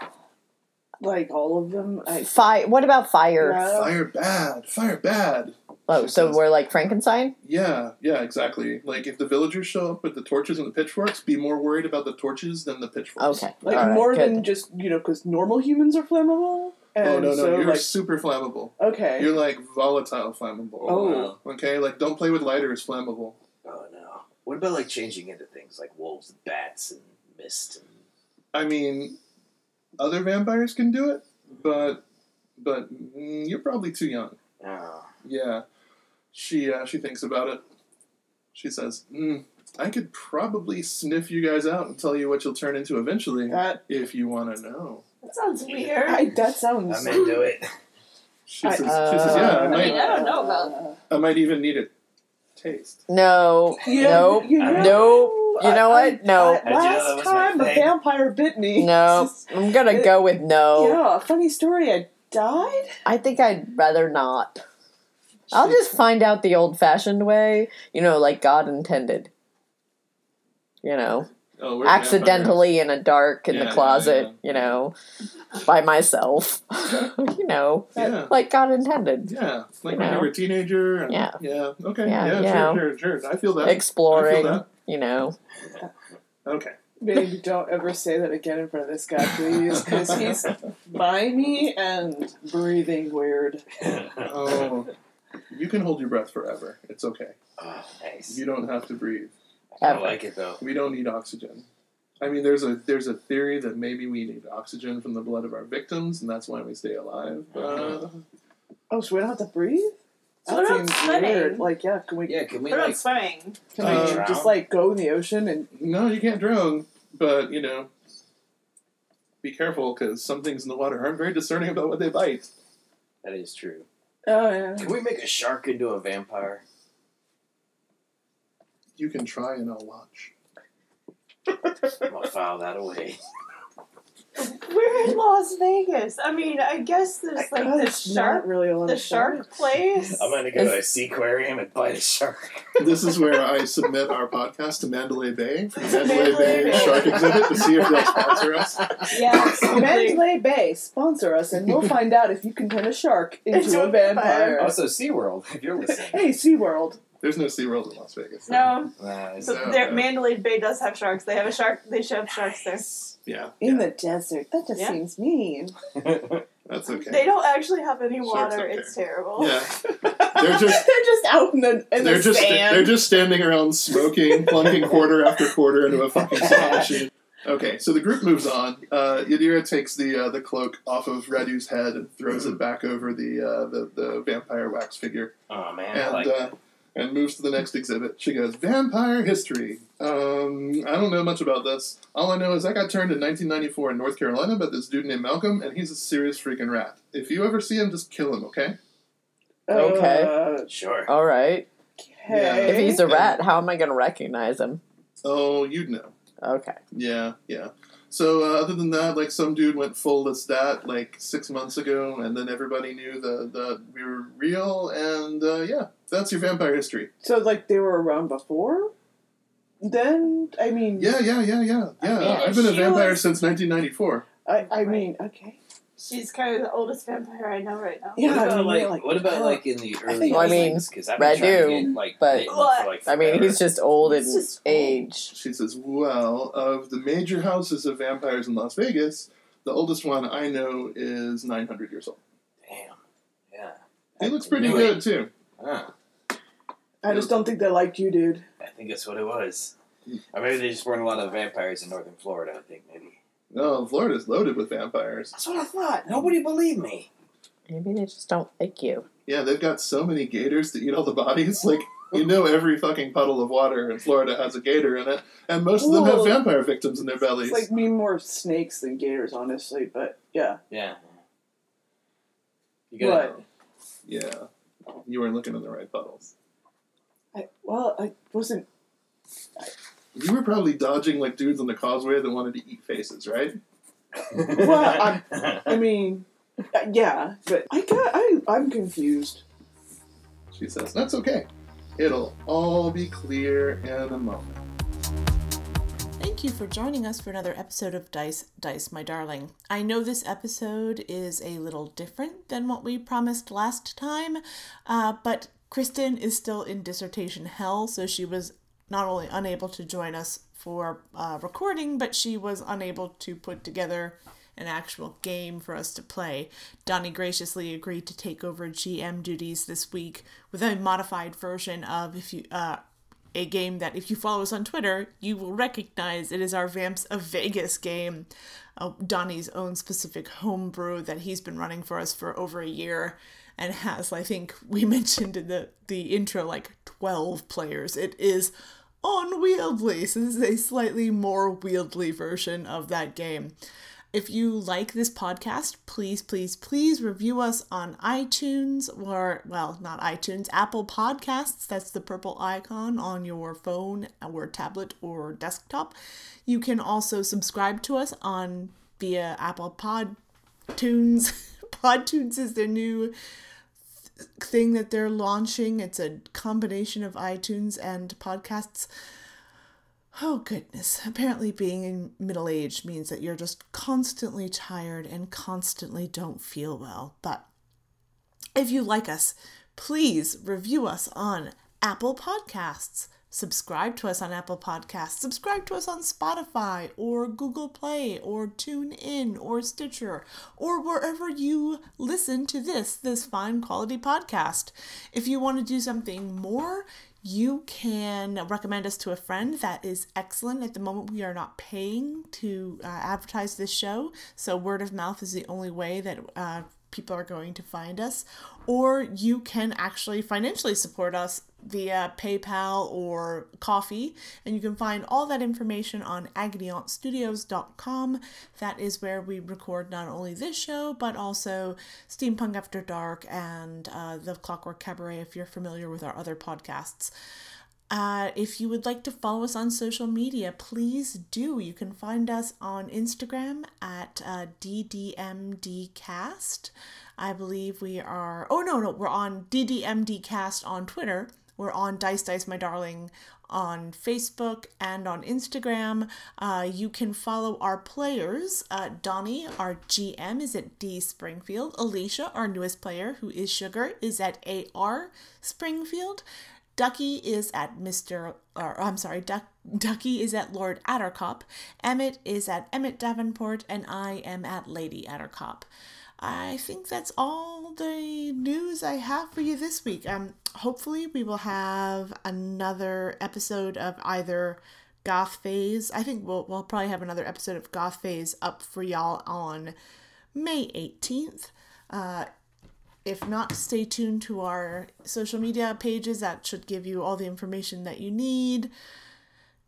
S2: Like all of them, I
S3: Fire. What about fire?
S2: Yeah.
S1: fire bad fire bad
S3: Oh,
S1: She
S3: so
S1: says-
S3: we're like Frankenstein.
S1: yeah yeah exactly like if the villagers show up with the torches and the pitchforks be more worried about the torches than the pitchforks
S3: Okay,
S2: like
S3: all right,
S2: more
S3: good.
S2: than just you know because normal humans are flammable. And
S1: oh no no
S2: so,
S1: you're
S2: like,
S1: super flammable
S2: okay.
S1: you're like volatile flammable
S2: Oh.
S1: okay like don't play with lighters flammable
S4: Oh no. What about like changing into things like wolves and bats and mist and
S1: I mean, other vampires can do it, but but mm, you're probably too young.
S4: oh.
S1: Yeah, she uh, she thinks about it. She says, mm, "I could probably sniff you guys out and tell you what you'll turn into eventually,
S2: that
S1: if you want to know."
S5: That sounds weird.
S2: I, that
S4: I'm
S2: sounds. Uh,
S4: into it.
S1: She
S2: I-
S1: says, she says, "Yeah, I
S5: I mean,
S1: might,
S5: I don't know about.
S1: I might even need a taste."
S3: No,
S2: Yeah,
S3: no,
S2: you
S4: I'm-
S3: no. You
S2: I-
S3: know
S2: I-
S3: what? No,
S2: I-
S4: I know, that
S2: last
S4: was my
S2: time a
S4: thing.
S2: vampire bit me.
S3: no.
S2: It's just-
S3: I'm gonna
S2: it-
S3: go with no.
S2: Yeah, funny story. I died.
S3: I think I'd rather not. I'll
S1: She-
S3: just find out the old-fashioned way. You know, like God intended. You know.
S1: oh, we're
S3: accidentally in a dark in
S1: Yeah, yeah,
S3: the closet,
S1: yeah.
S3: you know, by myself. you know,
S1: Yeah.
S3: like God intended.
S1: vampires. Yeah, like
S3: You
S1: when you
S3: know.
S1: were a teenager. And,
S3: Yeah.
S1: Yeah. Okay.
S3: Yeah,
S1: Yeah.
S3: you know.
S1: sure, sure. Sure. I feel that. I feel
S3: Exploring,
S1: that.
S3: you know.
S1: Okay.
S2: Babe, don't ever say that again in front of this guy, please, because he's by me and breathing weird.
S1: Oh, you can hold your breath forever. It's okay.
S4: oh, nice.
S1: You don't have to breathe.
S4: I like it though.
S1: We don't need oxygen. I mean, there's a there's a theory that maybe we need oxygen from the blood of our victims, and that's why we stay alive. Uh,
S2: Oh, so we don't have to breathe?
S5: So we're
S2: That
S5: not
S2: seems
S5: swimming.
S2: weird. Like, yeah, can we,
S4: Yeah, can we
S5: We're
S4: like
S5: not swimming.
S2: can
S1: Uh,
S2: we
S1: drown?
S2: just like go in the ocean and
S1: no, you can't drown, but you know, be careful because some things in the water aren't very discerning about what they bite.
S4: that is true.
S2: oh yeah,
S4: Can we make a shark into a vampire?
S1: You can try, and I'll watch.
S4: I'm gonna file that away.
S5: We're in Las Vegas. I mean, I guess there's like
S2: God,
S5: the
S2: it's not
S5: shark,
S2: really a lot
S5: the
S2: of fun.
S5: shark place.
S4: I'm gonna go to a seaquarium and bite a shark.
S1: This is where I submit our podcast to Mandalay Bay, for the
S5: To
S1: Mandalay Bay
S5: Mandalay Bay.
S1: Shark Exhibit, to see if they'll sponsor us.
S5: Yeah, something.
S2: Mandalay Bay, sponsor us, and we'll find out if you can turn a shark into,
S5: Into
S2: a
S5: a
S2: vampire.
S4: Also, SeaWorld, if you're listening.
S2: hey, SeaWorld.
S1: There's no SeaWorld in Las Vegas.
S5: No,
S4: Nah, it's-
S5: so
S1: No,
S5: there,
S1: no.
S5: Mandalay Bay does have sharks. They have a shark. They should have sharks there.
S1: Yeah.
S2: In
S1: yeah,
S2: the desert. That just
S5: Yeah.
S2: seems mean.
S1: that's okay.
S5: They don't actually have any
S1: Sharks
S5: water.
S1: up there.
S5: It's terrible.
S1: Yeah. They're just
S2: they're just out in the in
S1: they're
S2: the
S1: just
S2: sand.
S1: they're just standing around smoking, plunking quarter after quarter into a fucking slot machine. Okay, so the group moves on. Uh, Yadira takes the uh, the cloak off of Radu's head and throws it back over the uh, the, the vampire wax figure
S4: oh man, I
S1: and
S4: like
S1: uh, and moves to the next exhibit. She goes vampire history. Um, I don't know much about this. All I know is I got turned in 1994 in North Carolina by this dude named Malcolm, and he's a serious freaking rat. If you ever see him, just kill him. Okay.
S3: Okay.
S2: Uh,
S4: Sure.
S3: All right.
S2: okay.
S3: If he's a rat, how am I going to recognize him?
S1: Oh, you'd know.
S3: Okay.
S1: Yeah, yeah. So uh, other than that, like some dude went full as that like six months ago, and then everybody knew that that we were real, and uh, yeah, that's your vampire history.
S2: so like they were around before. Then I mean,
S1: Yeah, yeah, yeah, yeah, yeah.
S5: mean,
S1: I've
S5: if
S1: been a
S5: she
S1: vampire
S5: was-
S1: since 1994.
S2: I, I mean, okay.
S5: She's kind of the oldest vampire I know right now.
S2: Yeah,
S4: what
S2: I
S4: about,
S2: mean,
S4: like, oh.
S2: like-
S4: what about
S2: uh,
S4: like in the early?
S2: think- Well,
S3: I mean,
S4: because I've
S3: I
S4: been trying
S3: do,
S4: to get, like,
S3: but-
S4: bitten
S5: What?
S4: for, like,
S3: I mean, he's
S4: forever.
S3: just old
S5: He's
S3: in
S5: just old.
S3: age.
S1: She says, "Well, of the major houses of vampires in Las Vegas, the oldest one I know is 900 years old.
S4: damn. Yeah.
S1: He looks pretty
S4: Really?
S1: good too.
S4: Huh.
S2: I just don't think they liked you, dude.
S4: I think that's what it was. Or maybe they just weren't a lot of vampires in northern Florida. I think maybe.
S1: Oh, Florida's loaded with vampires.
S4: That's what I thought. Nobody believed me.
S3: Maybe they just don't like you.
S1: Yeah, they've got so many gators to eat all the bodies. Like, you know, every fucking puddle of water in Florida has a gator in it, and most of them have
S2: Whoa.
S1: vampire victims in their bellies.
S2: It's like me more of snakes than gators, honestly. But yeah,
S4: Yeah. You gotta.
S2: but
S1: yeah, you weren't looking in the right puddles.
S2: I, well, I wasn't.
S1: You were probably dodging like dudes on the causeway that wanted to eat faces, right?
S2: Well, I mean, uh, yeah, but I got. I I'm confused.
S1: She says, That's okay. It'll all be clear in a moment.
S6: Thank you for joining us for another episode of Dice, Dice, My Darling. I know this episode is a little different than what we promised last time, uh, but Kristen is still in dissertation hell, so she was not only unable to join us for uh, recording, but she was unable to put together an actual game for us to play. Donnie graciously agreed to take over GM duties this week with a modified version of if you uh, a game that if you follow us on Twitter, you will recognize it is our Vamps of Vegas game, uh, Donnie's own specific homebrew that he's been running for us for over a year and has, I think we mentioned in the, the intro, like 12 players. It is unwieldy, so this is a slightly more wieldy version of that game. If you like this podcast, please, please, please review us on iTunes or, well, not iTunes, Apple Podcasts. That's the purple icon on your phone or tablet or desktop. You can also subscribe to us on via Apple Podtunes. Podtunes is their new thing that they're launching. It's a combination of iTunes and podcasts. Oh goodness. Apparently being in middle age means that you're just constantly tired and constantly don't feel well. But if you like us, please review us on Apple Podcasts. Subscribe to us on Apple Podcasts. Subscribe to us on Spotify or Google Play or TuneIn or Stitcher or wherever you listen to this, this fine quality podcast. If you want to do something more, you can recommend us to a friend. That is excellent. At the moment, we are not paying to uh, advertise this show, so word of mouth is the only way that uh, people are going to find us. Or you can actually financially support us via PayPal or coffee, and you can find all that information on agoniauntstudios.com. That is where we record not only this show, but also Steampunk After Dark and uh, The Clockwork Cabaret, if you're familiar with our other podcasts. Uh, if you would like to follow us on social media, please do. You can find us on Instagram at uh, DDMDcast. I believe we are, oh no, no, we're on DDMDcast on Twitter. We're on Dice Dice My Darling on Facebook and on Instagram. Uh, you can follow our players. Uh, Donnie, our GM, is at D Springfield. Alicia, our newest player, who is Sugar, is at AR Springfield. Ducky is at Mr. Or, I'm sorry, Duck, Ducky is at Lord Addercop. Emmett is at Emmett Davenport, and I am at Lady Addercop. I think that's all the news I have for you this week. Um, hopefully we will have another episode of either Goth Phase. I think we'll we'll probably have another episode of Goth Phase up for y'all on May 18th. Uh, if not, stay tuned to our social media pages. That should give you all the information that you need.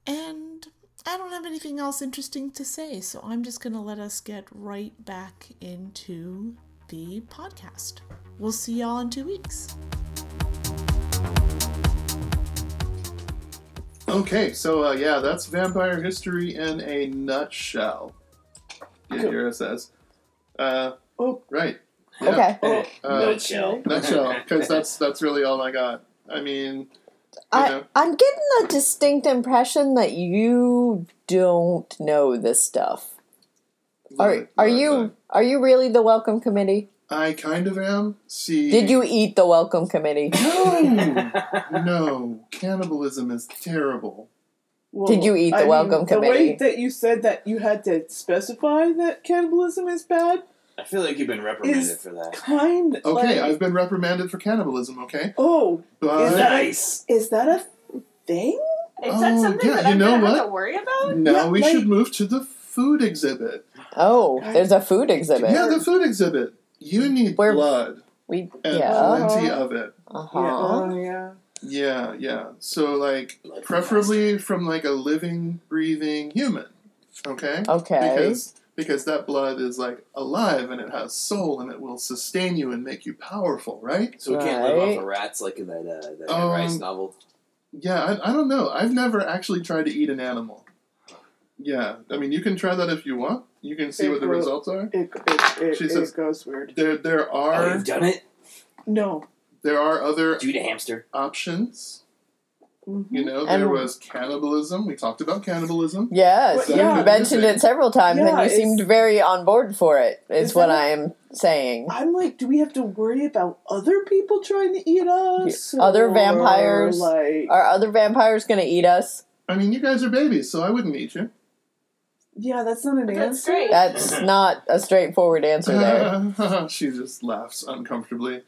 S6: And I don't have anything else interesting to say, so I'm just going to let us get right back into the podcast. We'll see y'all in two weeks.
S1: Okay, so uh, yeah, that's vampire history in a nutshell. Yadira says. Uh, oh, right. Yeah.
S3: Okay.
S1: Oh, uh,
S4: Nutshell.
S1: nutshell, because that's that's really all I got. I mean, you
S3: I,
S1: know,
S3: I'm getting a distinct impression that you don't know this stuff. Are are you are you really the welcome committee?
S1: I kind of am. See,
S3: Did you eat the welcome committee?
S1: No, no. Cannibalism is terrible.
S2: Well,
S3: Did you eat the welcome
S2: The way
S3: committee?
S2: that you said that you had to specify that cannibalism is bad,
S4: I feel like you've been reprimanded
S2: Is-
S4: for that.
S2: kind.
S1: Okay,
S2: like,
S1: I've been reprimanded for cannibalism. Okay,
S2: oh,
S1: but
S2: Is that-
S4: nice.
S2: is that a thing?
S5: Is that
S1: Oh,
S5: something
S1: yeah,
S5: that
S1: you
S5: I'm
S1: know
S5: gonna
S1: what?
S5: have to worry about?
S1: now we
S2: like-
S1: should move to the food exhibit.
S3: Oh, there's a food exhibit.
S1: Yeah, the food exhibit. You need
S3: Where-
S1: blood
S3: We
S1: and
S3: yeah.
S1: plenty of it.
S2: Yeah.
S3: Uh-huh.
S2: Oh, yeah.
S1: Yeah, yeah. So like, preferably from like a living, breathing human. Okay.
S3: Okay.
S1: Because because that blood is like alive and it has soul and it will sustain you and make you powerful, right?
S4: So we can't live off
S3: Right.
S4: of rats like in that uh, that Anne
S1: Um,
S4: Rice novel.
S1: Yeah, I, I don't know. I've never actually tried to eat an animal. Yeah, I mean, you can try that if you want. You can see what the results are.
S2: It, it, it,
S1: She
S2: it
S1: says-
S2: goes weird.
S1: There, there
S4: Oh,
S1: are
S4: you've done it.
S2: No.
S1: there are other
S4: Do the hamster.
S1: options.
S2: Mhm.
S1: You know, there
S3: And-
S1: was cannibalism. We talked about cannibalism.
S3: Yes,
S1: Well,
S2: yeah.
S3: you mentioned it several times, and
S2: Yeah,
S3: you
S2: it's-
S3: seemed very on board for it. Is
S2: Is
S3: what
S2: that-
S3: I'm saying.
S2: I'm like, do we have to worry about other people trying to eat us?
S3: Other
S2: Or,
S3: vampires?
S2: Like,
S3: Are other vampires going to eat us?
S1: I mean, you guys are babies, so I wouldn't eat you.
S2: yeah, that's not an
S5: That's
S2: answer.
S5: great.
S3: That's not a straightforward answer there.
S1: she just laughs uncomfortably.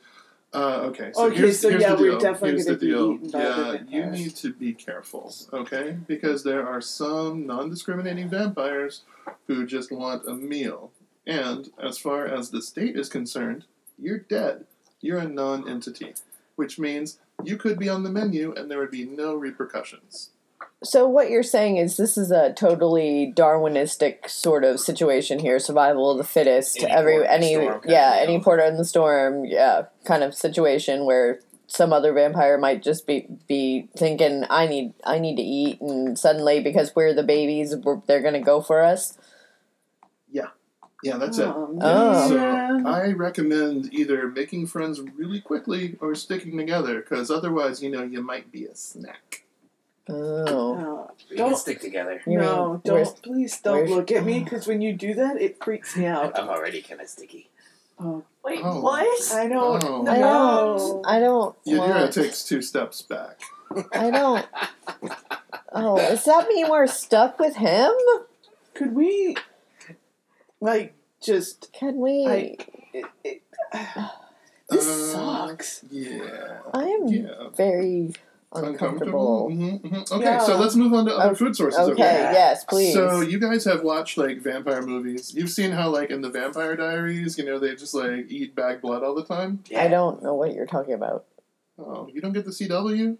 S1: Uh, okay, so
S2: Okay,
S1: here's,
S2: so
S1: here's
S2: yeah,
S1: the
S2: we're
S1: deal.
S2: definitely
S1: here's the
S2: gonna be
S1: deal.
S2: eaten by
S1: Yeah,
S2: other
S1: you
S2: vampires.
S1: need to be careful, okay? Because there are some non-discriminating vampires who just want a meal, and as far as the state is concerned, you're dead. You're a non-entity, which means you could be on the menu and there would be no repercussions.
S3: So what you're saying is this is a totally Darwinistic sort of situation here, survival of the fittest.
S4: Any
S3: every
S4: port in the
S3: any
S4: storm kind
S3: yeah,
S4: of
S3: any
S4: deal.
S3: porter in the storm, yeah, kind of situation where some other vampire might just be be thinking I need I need to eat, and suddenly because we're the babies, we're, they're gonna go for us.
S1: Yeah, that's it.
S2: Um,
S3: Oh.
S1: So
S2: yeah.
S1: I recommend either making friends really quickly or sticking together, because otherwise, you know, you might be a snack.
S3: Oh,
S2: Uh,
S4: We
S2: Don't-
S4: can stick together.
S3: You
S2: no,
S3: mean,
S2: don't.
S3: where's-
S2: Please don't
S3: where's-
S2: look at me because when you do that, it freaks me out.
S4: I'm already kind of sticky.
S2: Oh,
S5: Wait,
S1: Oh.
S5: what?
S2: I don't
S1: Oh.
S3: I
S2: know.
S3: don't. I don't.
S1: Yadira
S3: want-
S1: takes two steps back.
S3: I don't. Oh, does that mean we're stuck with him?
S2: Could we, like, just
S3: Can we?
S2: I- it, it, this
S1: Uh,
S2: sucks.
S1: Yeah.
S3: I am
S1: Yeah.
S3: very uncomfortable.
S1: Mhm, mhm. Okay,
S2: Yeah.
S1: so let's move on to other
S3: Okay,
S1: food sources.
S3: Okay, yes, please.
S1: So you guys have watched like vampire movies. You've seen how like in the Vampire Diaries, you know, they just like eat bag blood all the time.
S4: Yeah.
S3: I don't know what you're talking about.
S1: Oh, you don't get the CW?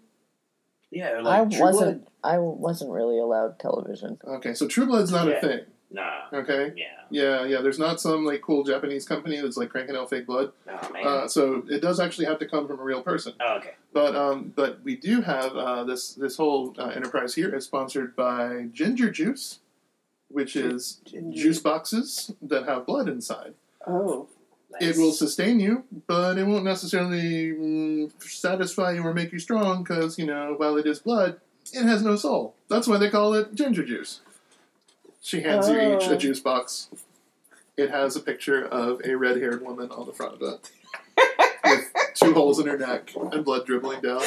S4: Yeah, or like
S3: I
S4: True
S3: wasn't. I wasn't really allowed television.
S1: Okay, so True Blood's not
S4: Yeah.
S1: a thing.
S4: Blood. Nah.
S1: Okay.
S4: Yeah.
S1: Yeah, yeah. There's not some like cool Japanese company that's like cranking out fake blood.
S4: Oh man.
S1: Uh, so it does actually have to come from a real person.
S4: oh, okay.
S1: But um, but we do have uh, this this whole uh, enterprise here is sponsored by Ginger Juice, which is juice boxes that have blood inside.
S2: Oh,
S4: Nice.
S1: It will sustain you, but it won't necessarily mm, satisfy you or make you strong because you know while it is blood, it has no soul. That's why they call it ginger juice. She hands you each
S2: Oh.
S1: a juice box. It has a picture of a red-haired woman on the front of it. with Two holes in her neck and blood dribbling down.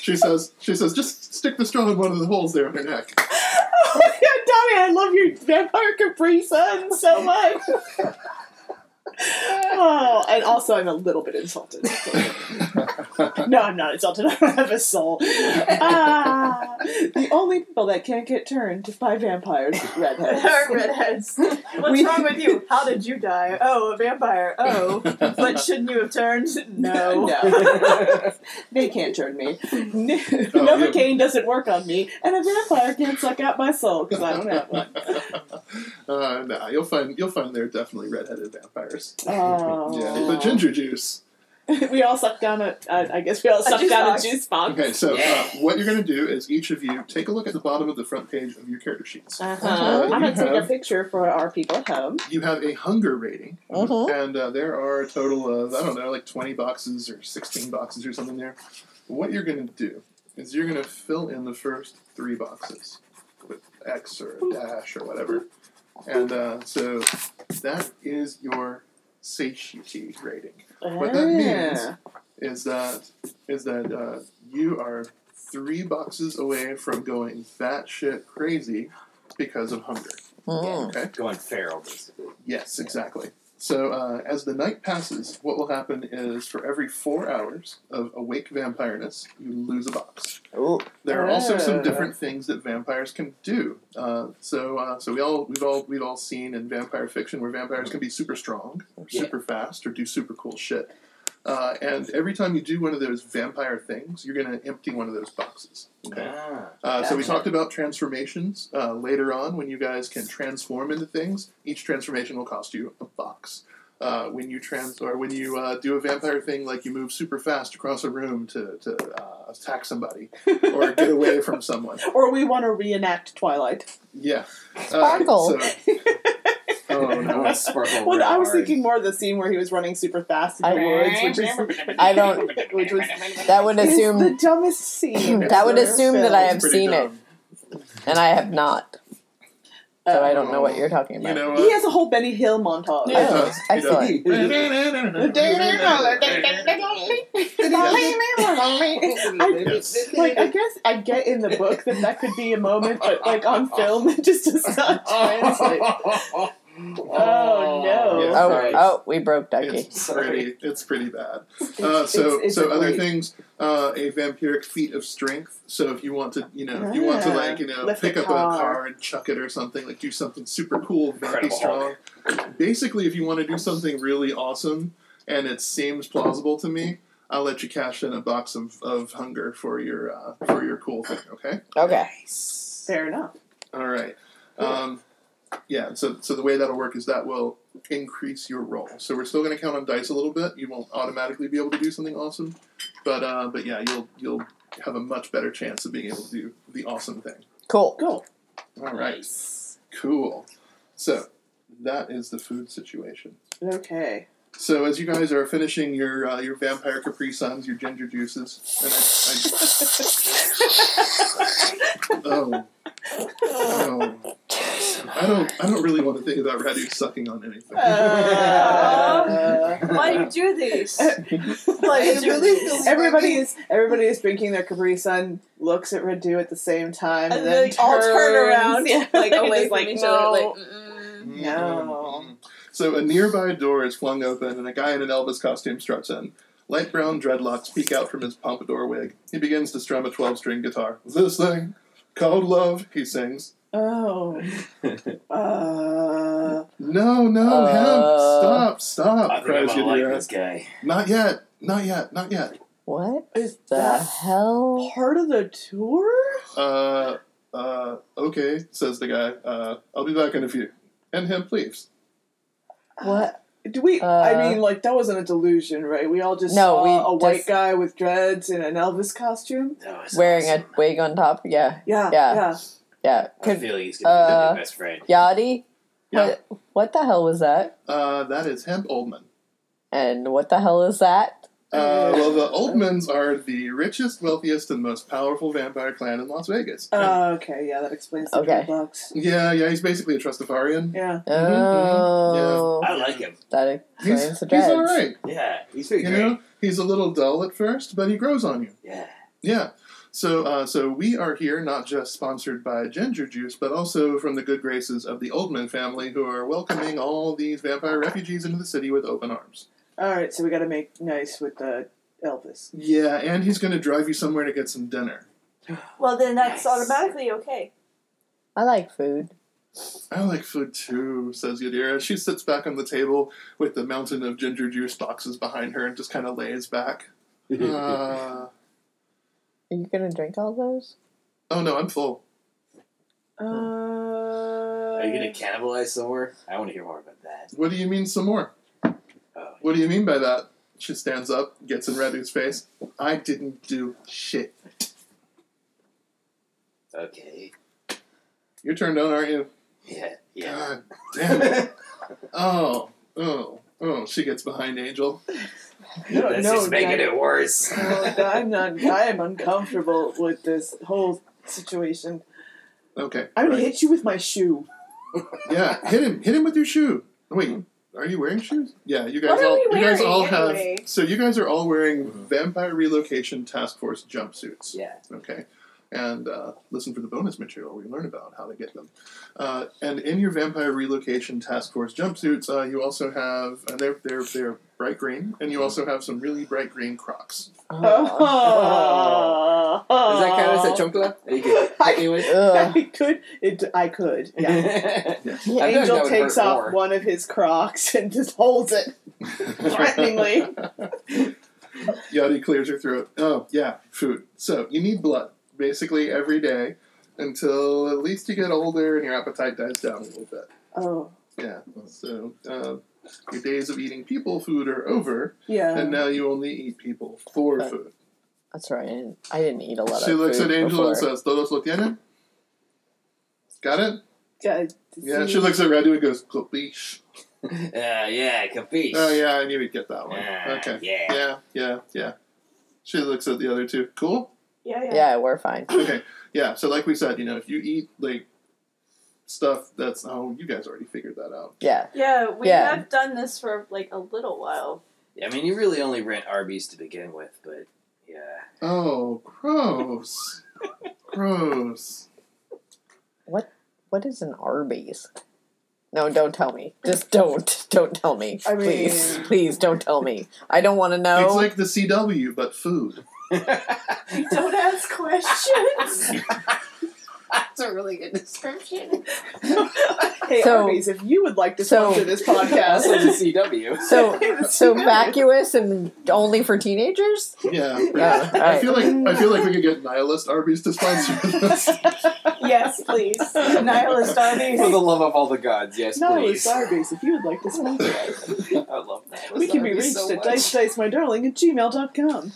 S1: She says, "She says, just stick the straw in one of the holes there in her neck."
S2: oh my God, Tommy, I love your vampire Capri Sun so much. oh, and also I'm a little bit insulted. no, I'm not insulted. I don't have a soul. Ah, the only people that can't get turned by vampires is redheads.
S5: Our redheads. What's
S2: We-
S5: wrong with you? How did you die? Oh, a vampire. Oh, but shouldn't you have turned? No.
S2: no. they can't turn me.
S1: Oh,
S2: Novocaine doesn't work on me, and a vampire can't suck out my soul because I don't have one.
S1: Uh, nah, you'll find you'll find they're definitely redheaded vampires.
S2: Oh.
S1: Yeah, but ginger juice
S2: we all sucked down a. Uh, I guess we all sucked
S5: juice
S2: down
S5: box.
S2: a juice box.
S1: Okay, so uh,
S4: Yeah.
S1: what you're going to do is each of you take a look at the bottom of the front page of your character sheets.
S2: Uh-huh.
S1: Uh, you
S2: I'm gonna take a
S1: have-
S2: picture for our people at home.
S1: You have a hunger rating,
S3: Mhm.
S1: and uh, there are a total of, I don't know, like 20 boxes or 16 boxes or something there. What you're going to do is you're going to fill in the first three boxes with X or a dash or whatever. And uh, so that is your satiety rating. What that means-
S2: Ah.
S1: is that is that uh, you are three boxes away from going batshit crazy because of hunger.
S3: Mm.
S4: Going feral, basically.
S1: Yes, exactly. So uh, as the night passes, what will happen is for every four hours of awake vampireness, you lose a box.
S3: Ooh.
S1: There are also some
S2: Ah.
S1: different things that vampires can do. Uh, so uh, so we all we've all we've all seen in vampire fiction where vampires can be super strong or
S4: Yeah.
S1: super fast or do super cool shit. Uh, and every time you do one of those vampire things, you're going to empty one of those boxes.
S4: Ah.
S1: Uh, so we talked about transformations uh, later on when you guys can transform into things. Each transformation will cost you a box. Uh, when you trans or when you uh, do a vampire thing, like you move super fast across a room to to uh, attack somebody or get away from someone.
S2: Or we want to reenact Twilight.
S1: Yeah, Uh,
S3: Sparkle.
S1: so- oh
S4: I
S1: no.
S4: want to sparkle
S2: Well,
S4: real
S2: I was
S4: hard.
S2: thinking more of the scene where he was running super fast in
S3: I-
S2: the woods, which is
S3: I don't.
S2: which was
S3: That would
S2: it's the
S3: assume,
S2: dumbest scene.
S3: That would
S2: ever
S3: assume that I
S2: filmed.
S3: have
S1: uh, Pretty
S3: seen it.
S1: dumb.
S3: and I have not, so I don't know what you're talking
S1: You
S3: about. Oh,
S1: know
S2: He
S1: what?
S2: has a whole Benny Hill montage.
S1: He does. He does.
S3: Excellent.
S2: like I guess I get in the book that that could be a moment, but like on film, it just does not translate.
S4: Oh,
S2: Oh no!
S1: Yeah.
S3: Oh,
S4: Right.
S3: oh, we broke Ducky.
S1: It's pretty, it's pretty bad.
S2: It's-
S1: Uh,
S2: it's-
S1: so,
S2: it's
S1: so
S2: a
S1: other
S2: great-
S1: things, uh, a vampiric feat of strength. So if you want to, you know, if you want to
S2: Yeah.
S1: like, you know,
S2: Lift
S1: pick
S2: a
S1: up a
S2: car.
S1: car and chuck it or something, like do something super cool, vampy
S4: Incredible
S1: strong. Basically, if you want to do something really awesome and it seems plausible to me, I'll let you cash in a box of, of hunger for your uh, for your cool thing. Okay.
S3: Okay.
S2: Fair enough.
S1: All right. Um, yeah. So so the way that'll work is that will increase your roll. So we're still going to count on dice a little bit. You won't automatically be able to do something awesome, but uh, but yeah, you'll you'll have a much better chance of being able to do the awesome thing.
S3: Cool.
S2: Cool.
S1: All right. Cool. So that is the food situation.
S2: Okay.
S1: So as you guys are finishing your uh, your vampire Capri Suns, your ginger juices, and I, I, oh, oh, I don't I don't really want to think about Radu sucking on anything.
S2: Uh,
S5: Why do you do these? Why do you do these?
S2: everybody is everybody is drinking their Capri Sun. Looks at Radu at the same time, and,
S5: And
S2: then
S5: they all turn
S2: turns.
S5: around,
S2: Yeah.
S5: like
S2: Just
S5: away from
S2: like,
S5: each
S2: no.
S5: other. Like, mm.
S2: No.
S1: Mm. Mm-hmm. So a nearby door is flung open, and a guy in an Elvis costume struts in. Light brown dreadlocks peek out from his pompadour wig. He begins to strum a twelve-string guitar. This thing called love, he sings.
S2: Oh. Uh,
S1: No, no,
S3: Uh,
S1: him! Stop, stop!
S4: I think I'm
S1: cries
S4: gonna like
S1: Yadira.
S4: this guy.
S1: Not yet. Not yet. Not yet.
S3: What
S2: is
S3: the
S2: that
S3: hell?
S2: part of the tour?
S1: Uh, uh, okay, says the guy. Uh, I'll be back in a few. And him, please.
S3: What?
S2: Do we?
S3: Uh,
S2: I mean, like that wasn't a delusion, right? We all just
S3: No,
S2: saw
S3: we
S2: a white
S3: just-
S2: guy with dreads in an Elvis costume.
S4: No, it's
S3: Wearing a
S4: awesome.
S3: wig on top? Yeah,
S2: Yeah,
S3: Yeah.
S2: yeah.
S3: yeah.
S4: I
S3: Could
S4: feel he's gonna be my
S3: uh,
S4: new best friend.
S3: Yachty?
S1: Yeah.
S3: What, what the hell was that?
S1: Uh, that is Hemp Oldman.
S3: And what the hell is that?
S1: Uh, well, the Oldmans are the richest, wealthiest, and most powerful vampire clan in Las Vegas.
S2: Uh, okay, yeah, that explains the
S3: Okay.
S2: dreadlocks.
S1: yeah, yeah, he's basically a Trustafarian.
S2: Yeah.
S3: Oh,
S4: I like him.
S3: that
S1: Mm-hmm, He's,
S3: explains the
S1: he's
S3: dreads.
S1: all right.
S4: Yeah, he's pretty
S1: You
S4: great.
S1: know, he's a little dull at first, but he grows on you.
S4: Yeah.
S1: Yeah. So, uh, so we are here not just sponsored by Ginger Juice, but also from the good graces of the Oldman family, who are welcoming all these vampire refugees into the city with open arms.
S2: All right, so we got to make nice with the Elvis.
S1: Yeah, and he's going to drive you somewhere to get some dinner.
S5: Well, then that's
S4: Nice.
S5: automatically okay.
S3: I like food.
S1: I like food too, says Yadira. She sits back on the table with the mountain of ginger juice boxes behind her and just kind of lays back. Uh,
S3: Are you gonna drink all those?
S1: oh no, I'm full.
S2: Uh,
S4: Are you gonna cannibalize somewhere? I want to hear more about that.
S1: What do you mean some more?
S4: Oh,
S1: What do you mean by that? She stands up, gets in Redu's face. I didn't do shit.
S4: Okay.
S1: You're turned on, aren't you?
S4: Yeah. Yeah.
S1: God damn it. Oh, oh, oh. She gets behind Angel.
S2: No,
S4: That's
S2: no,
S4: just making
S2: Dad.
S4: it worse.
S1: Oh,
S2: No, I'm not. I am uncomfortable with this whole situation.
S1: Okay.
S2: I'm gonna
S1: right.
S2: hit you with my shoe.
S1: Yeah, hit him. Hit him with your shoe. Oh, Wait, are you wearing shoes? Yeah, you guys
S5: What are
S1: all.
S5: we
S1: You guys
S5: wearing
S1: all
S5: anyway?
S1: have. So you guys are all wearing Vampire Relocation Task Force jumpsuits.
S4: Yeah.
S1: Okay. And uh, listen for the bonus material where you learn about how to get them. Uh, and in your Vampire Relocation Task Force jumpsuits, uh, you also have, and they're, they're, they're bright green, and you also have some really bright green Crocs.
S3: Oh.
S2: Oh.
S4: Does that count as a chonkla? You could hit me with.
S3: Ugh.
S2: I could. It, I could. Yeah.
S4: I bet that
S2: Angel
S4: would
S2: takes
S4: hurt
S2: off
S4: more.
S2: one of his Crocs and just holds it threateningly.
S1: Yadi clears her throat. Oh, yeah, food. So you need blood basically every day until at least you get older and your appetite dies down a little bit.
S2: oh,
S1: Yeah. So uh, your days of eating people food are over,
S2: yeah.
S1: and now you only eat people for
S3: Uh,
S1: food.
S3: That's right. I didn't, I didn't eat a lot
S1: She
S3: of
S1: looks
S3: food
S1: at Angel
S3: before.
S1: and says, "Todos lo tienen." Got it?
S2: Yeah,
S1: Yeah.
S2: see-
S1: She looks at Redu and goes, "Copish."
S4: Uh, yeah, capiche.
S1: Oh yeah, I knew we'd get that one.
S4: Ah,
S1: Okay.
S4: yeah.
S1: Yeah. Yeah. Yeah. She looks at the other two. Cool.
S5: Yeah, yeah.
S3: yeah, we're fine.
S1: okay, yeah. So like we said, you know, if you eat like stuff that's oh, you guys already figured that out.
S3: Yeah.
S5: Yeah, we
S3: Yeah.
S5: have done this for like a little while.
S4: I mean, you really only rent Arby's to begin with, but yeah.
S1: Oh, gross, gross.
S3: What is an Arby's? No, don't tell me. Just don't. Don't tell me.
S2: I mean-
S3: please, please don't tell me. I don't want to know.
S1: It's like the CW but food.
S5: Don't ask questions.
S4: That's a really good description.
S2: hey,
S3: So-
S2: Arby's, if you would like to
S3: so-
S2: sponsor this
S4: That's
S2: podcast,
S4: on the CW.
S3: so so vacuous and only for teenagers.
S1: Yeah.
S3: Yeah.
S1: yeah. I feel like I feel like we could get Nihilist Arby's to sponsor this.
S5: yes, please. Nihilist
S4: For the
S5: Arby's.
S4: love of all the gods, yes,
S2: no,
S4: please.
S2: it's Arby's. If you would like to sponsor us,
S4: I love that.
S2: we can be reached at dice dice my darling at gmail.com.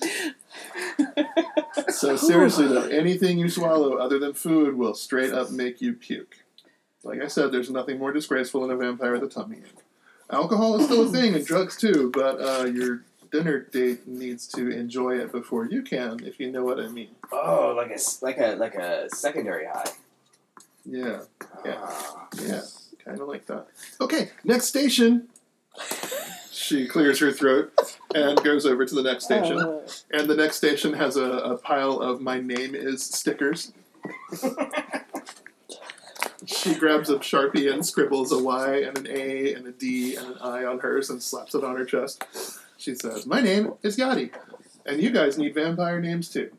S1: So seriously though, anything you swallow other than food will straight up make you puke. Like I said, there's nothing more disgraceful than a vampire with a tummy ache. Alcohol is still a thing and drugs too, but uh, your dinner date needs to enjoy it before you can, if you know what I mean.
S4: Oh, like a s- like a like a secondary high.
S1: Yeah, Yeah.
S4: Ah.
S1: yeah, kind of like that. Okay, next station. She clears her throat and goes over to the next station.
S2: Uh,
S1: And the next station has a, a pile of my name is stickers. she grabs a sharpie and scribbles a Y and an A and a D and an I on hers and slaps it on her chest. She says, My name is Yadi. And you guys need vampire names too.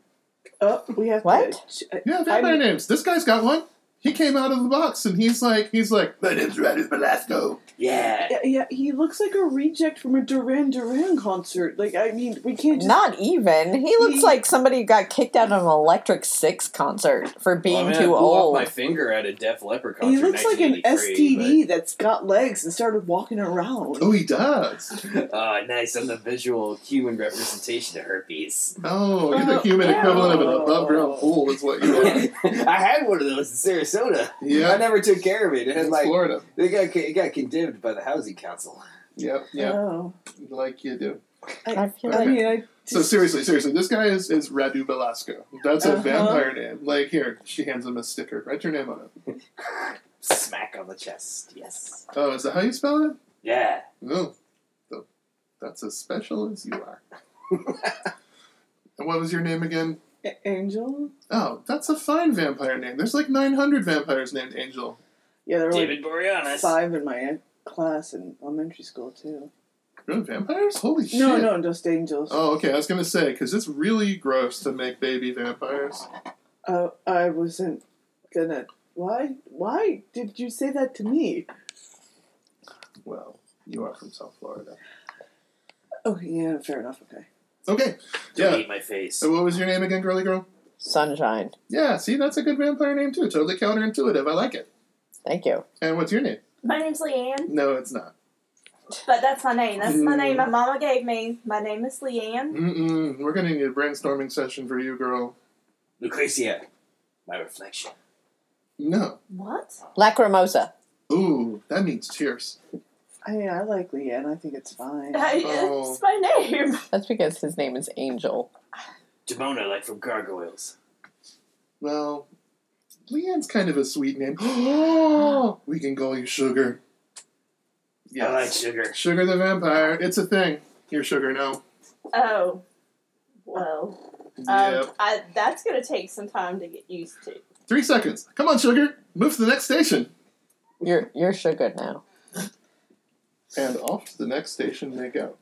S2: oh, we have
S3: What?
S2: To, Uh,
S1: Yeah, vampire
S2: I'm-
S1: names. This guy's got one. He came out of the box and he's like, he's like, my name's Radis Belasco.
S4: yeah.
S2: Yeah, yeah, he looks like a reject from a Duran Duran concert. Like, I mean, we can't just.
S3: Not even. He looks
S2: He-
S3: like somebody who got kicked out of an Electric Six concert for
S4: Well, I
S3: being
S4: mean, I
S3: too
S4: Oh, blew off
S3: old.
S4: my finger at a Def Leppard concert.
S2: he looks like an
S4: 1983,
S2: STD that's got legs and started walking around.
S1: Oh, he does.
S4: but- Ah, nice. I'm the visual human representation of herpes.
S1: Oh, you're the
S2: Oh,
S1: human equivalent of an
S2: ew.
S1: above ground pool, is what you are.
S4: I had one of those in Sarasota. I
S1: Yeah,
S4: never took care of it. It had
S1: in
S4: like
S1: Florida.
S4: it got it got condemned by the housing council.
S1: Yep, yep.
S2: Oh.
S1: like you do.
S3: I feel
S2: I
S3: like
S2: mean, I
S1: So seriously, seriously, this guy is, is Radu Belasco. That's a
S2: Uh-huh.
S1: vampire name. Like here, she hands him a sticker. Write your name on it.
S4: Smack on the chest. Yes.
S1: Oh, is that how you spell it?
S4: Yeah.
S1: No. So, that's as special as you are. and what was your name again?
S2: A- Angel?
S1: Oh, that's a fine vampire name. There's like 900 vampires named Angel.
S2: Yeah, there were like
S4: David Boreanaz.
S2: five in my class in elementary school, too.
S1: Really, vampires? Holy shit.
S2: No, no, just angels.
S1: Oh, okay. I was gonna say because it's really gross to make baby vampires.
S2: Oh, I wasn't gonna. Why? Why did you say that to me?
S1: Well, you are from South Florida.
S2: Oh, yeah, fair enough. Okay.
S1: Okay.
S4: Don't
S1: Yeah.
S4: eat my face.
S1: So what was your name again, girly girl?
S3: Sunshine.
S1: Yeah, see, that's a good vampire name too. Totally counterintuitive. I like it.
S3: Thank you.
S1: And what's your name?
S5: My name's Leanne.
S1: No, it's not.
S5: But that's my name. That's my name
S2: Mm.
S5: my mama gave me. My name is Leanne.
S1: Mm-mm. We're gonna need a brainstorming session for you, girl.
S4: Lucretia, my reflection.
S1: No.
S5: What?
S3: Lacrimosa.
S1: Ooh, that means tears.
S2: I mean, I like Leanne. I think it's fine.
S5: I,
S1: Oh.
S5: It's my name.
S3: That's because his name is Angel.
S4: Demona, like from Gargoyles.
S1: Well, Leanne's kind of a sweet name. we can call you Sugar.
S4: I like sugar.
S1: Sugar the Vampire. It's a thing. You're Sugar now.
S5: Oh. Well, um,
S1: Yep.
S5: I, that's going to take some time to get used to.
S1: Three seconds. Come on, Sugar. Move to the next station.
S3: You're you're sugar now.
S1: And off to the next station they go.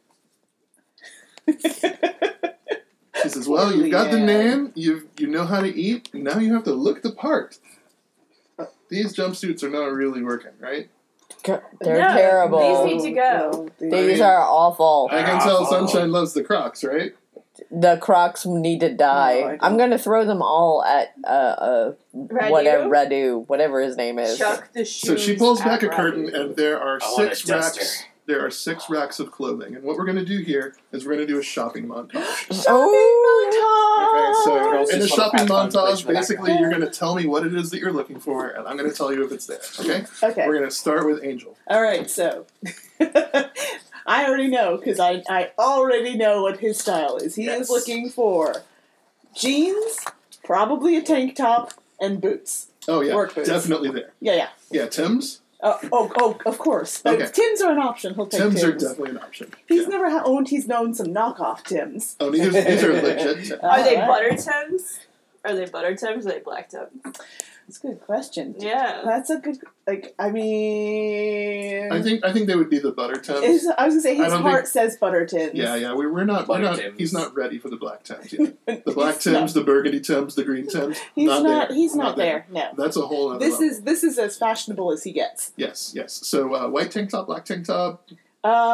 S1: She says, "Well, you've got the
S2: Leanne.
S1: name. You you know how to eat. Now you have to look the part. Uh, These jumpsuits are not really working, right?
S3: G- They're
S5: No,
S3: terrible.
S5: these need to go.
S2: These-
S3: These
S1: I mean-
S3: are awful.
S1: I can tell
S4: Oh.
S1: Sunshine loves the Crocs, right?
S3: The Crocs need to
S2: No, I
S3: die.
S2: don't.
S3: I'm gonna throw them all at uh, uh
S5: Redu?
S3: whatever Radu, whatever his name is.
S5: Chuck the shoes.
S1: So she pulls
S5: at
S1: back a
S5: Robbie.
S1: curtain, and there are
S4: I want a
S1: six racks.
S4: duster.
S1: There are six racks of clothing, and what we're going to do here is we're going to do a shopping montage.
S3: Oh,
S1: Okay, so
S4: Girls
S1: in the
S4: just wanna
S1: shopping
S4: have fun
S1: montage,
S4: with the background.
S1: basically you're going to tell me what it is that you're looking for, and I'm going to tell you if it's there. Okay?
S2: Okay.
S1: We're going to start with Angel.
S2: All right. So I already know because I I already know what his style is. He
S1: Yes.
S2: is looking for jeans, probably a tank top, and boots.
S1: Oh yeah,
S2: Work boots.
S1: definitely there.
S2: Yeah, yeah.
S1: Yeah, Tim's.
S2: Uh, oh, oh, of course. But
S1: Okay.
S2: Tims are an option. He'll take
S1: Tim's
S2: Tims.
S1: are definitely an option.
S2: He's
S1: Yeah.
S2: never ha- owned. He's known some knockoff Tims.
S1: Oh, these are, these are legit. Tims.
S5: Are they
S2: Alright.
S5: butter Tims? Are they butter Tims or are they black Tims?
S2: That's a good question.
S5: Yeah.
S2: That's a good. Like, I mean,
S1: I think I think they would be the butter Tim's.
S2: his- I was gonna say
S1: I
S2: his
S1: don't
S2: heart says butter Tims.
S1: Yeah, yeah, we, we're not. We're
S4: Butter
S1: not
S4: Tims.
S1: he's not ready for the black Tim's yet. The black
S2: He's not-
S1: Tim's, the burgundy Tim's, the green Tim's.
S2: He's
S1: not,
S2: not.
S1: there.
S2: he's not, there. No.
S1: That's a whole other.
S2: This
S1: level.
S2: is this is as fashionable as he gets.
S1: yes, yes. So uh, white tank top, black tank top.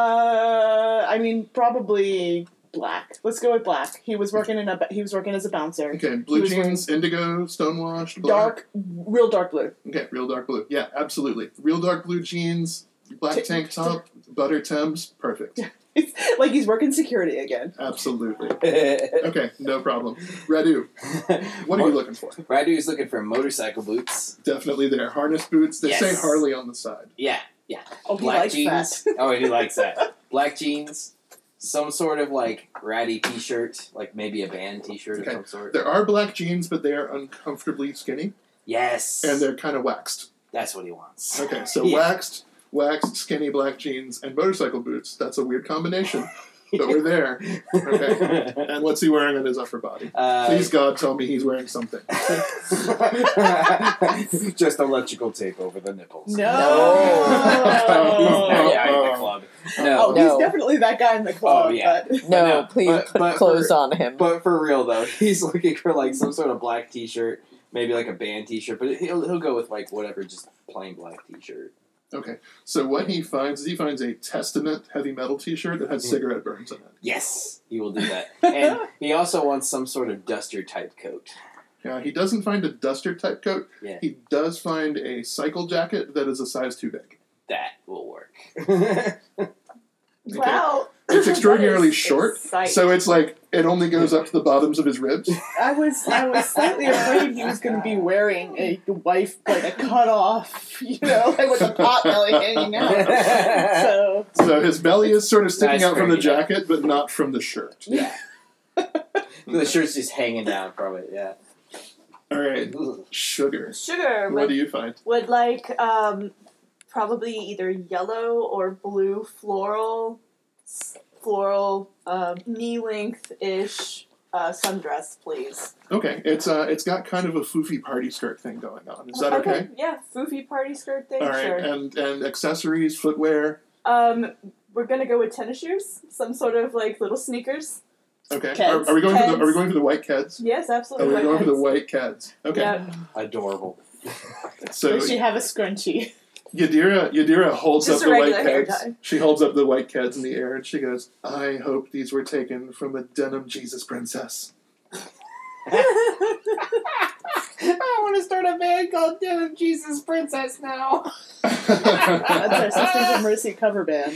S2: Uh, I mean, probably black. Let's go with black. He was working in a. He was working as a bouncer.
S1: Okay, blue
S2: was
S1: jeans, indigo, stonewashed, black.
S2: Dark, real dark blue.
S1: Okay, real dark blue. Yeah, absolutely. Real dark blue jeans, black
S2: Ti-
S1: tank top, butter Tim's. Perfect.
S2: It's like he's working security again.
S1: Absolutely.
S4: what
S1: Okay, no problem. Radu, what are you looking for?
S4: Radu's looking for motorcycle boots.
S1: Definitely there. Harness boots. They
S4: Yes.
S1: say Harley on the side.
S4: Yeah.
S2: Oh, he
S4: Black
S2: likes
S4: jeans.
S2: that.
S4: Oh, he likes that. Black jeans, some sort of like ratty t-shirt, like maybe a band t-shirt
S1: Okay.
S4: of some sort.
S1: There are black jeans, but they are uncomfortably skinny
S4: yes.
S1: and they're kind of waxed.
S4: That's what he wants.
S1: Okay, so
S4: Yeah.
S1: waxed, waxed, skinny black jeans, and motorcycle boots. That's a weird combination, but we're there. Okay. And what's he wearing on his upper body?
S4: Uh,
S1: Please, God, tell me he's wearing something.
S4: Just electrical tape over the nipples.
S2: No.
S1: No.
S4: He's that guy in the club. No.
S2: Oh,
S3: No.
S2: he's definitely that guy in the club.
S4: Oh, yeah.
S2: But
S3: no,
S4: no,
S3: please
S4: but-
S3: put
S4: but
S3: clothes
S4: for-
S3: on him.
S4: But for real though, he's looking for like some sort of black T-shirt, maybe like a band T-shirt, but he'll he'll go with like whatever, just plain black T-shirt.
S1: Okay, so what he finds is he finds a Testament heavy metal T-shirt that has cigarette burns on it.
S4: Yes, he will do that, and he also wants some sort of duster type coat.
S1: Yeah, he doesn't find a duster type coat.
S4: Yeah.
S1: He does find a cycle jacket that is a size too big.
S4: That will work.
S5: Wow.
S1: It's extraordinarily
S5: That is
S1: short,
S5: exciting.
S1: So it's like it only goes up to the bottoms of his ribs.
S2: I was I was slightly afraid he was going to be wearing a wife like a cut off, you know, like with a pot belly hanging out.
S4: yeah,
S2: So
S1: So his belly is sort of sticking
S4: That's
S1: out from the
S4: pretty bad.
S1: jacket, but not from the shirt.
S4: the shirt's just hanging down from it. Yeah.
S1: All right, sugar.
S5: Sugar
S1: What do
S5: would,
S1: you find?
S5: would like um, probably either yellow or blue floral, s- floral um, knee length ish uh, sundress, please.
S1: Okay, it's uh, it's got kind of a foofy party skirt thing going on. Is that okay?
S5: Yeah, foofy party skirt thing.
S1: All right, uh,
S5: sure.
S1: and and accessories, footwear.
S5: Um, we're gonna go with tennis shoes, some sort of like little sneakers.
S1: Okay,
S2: Keds.
S1: Are, are we going for the
S5: Keds.
S1: are we going for the white keds?
S5: Yes,
S1: Are we
S5: absolutely.
S1: going for the white keds? Okay,
S5: Yeah.
S4: Adorable.
S1: so
S2: does she have a scrunchie?
S1: Yadira Yadira holds
S5: Just
S1: up
S5: a
S1: the white
S5: regular hair
S1: keds.
S5: dye.
S1: She holds up the white keds in the air, and she goes, "I hope these were taken from a denim Jesus princess."
S4: I want to start a band called Damn Jesus Princess now.
S2: That's our Uh, Sisters of Mercy cover band.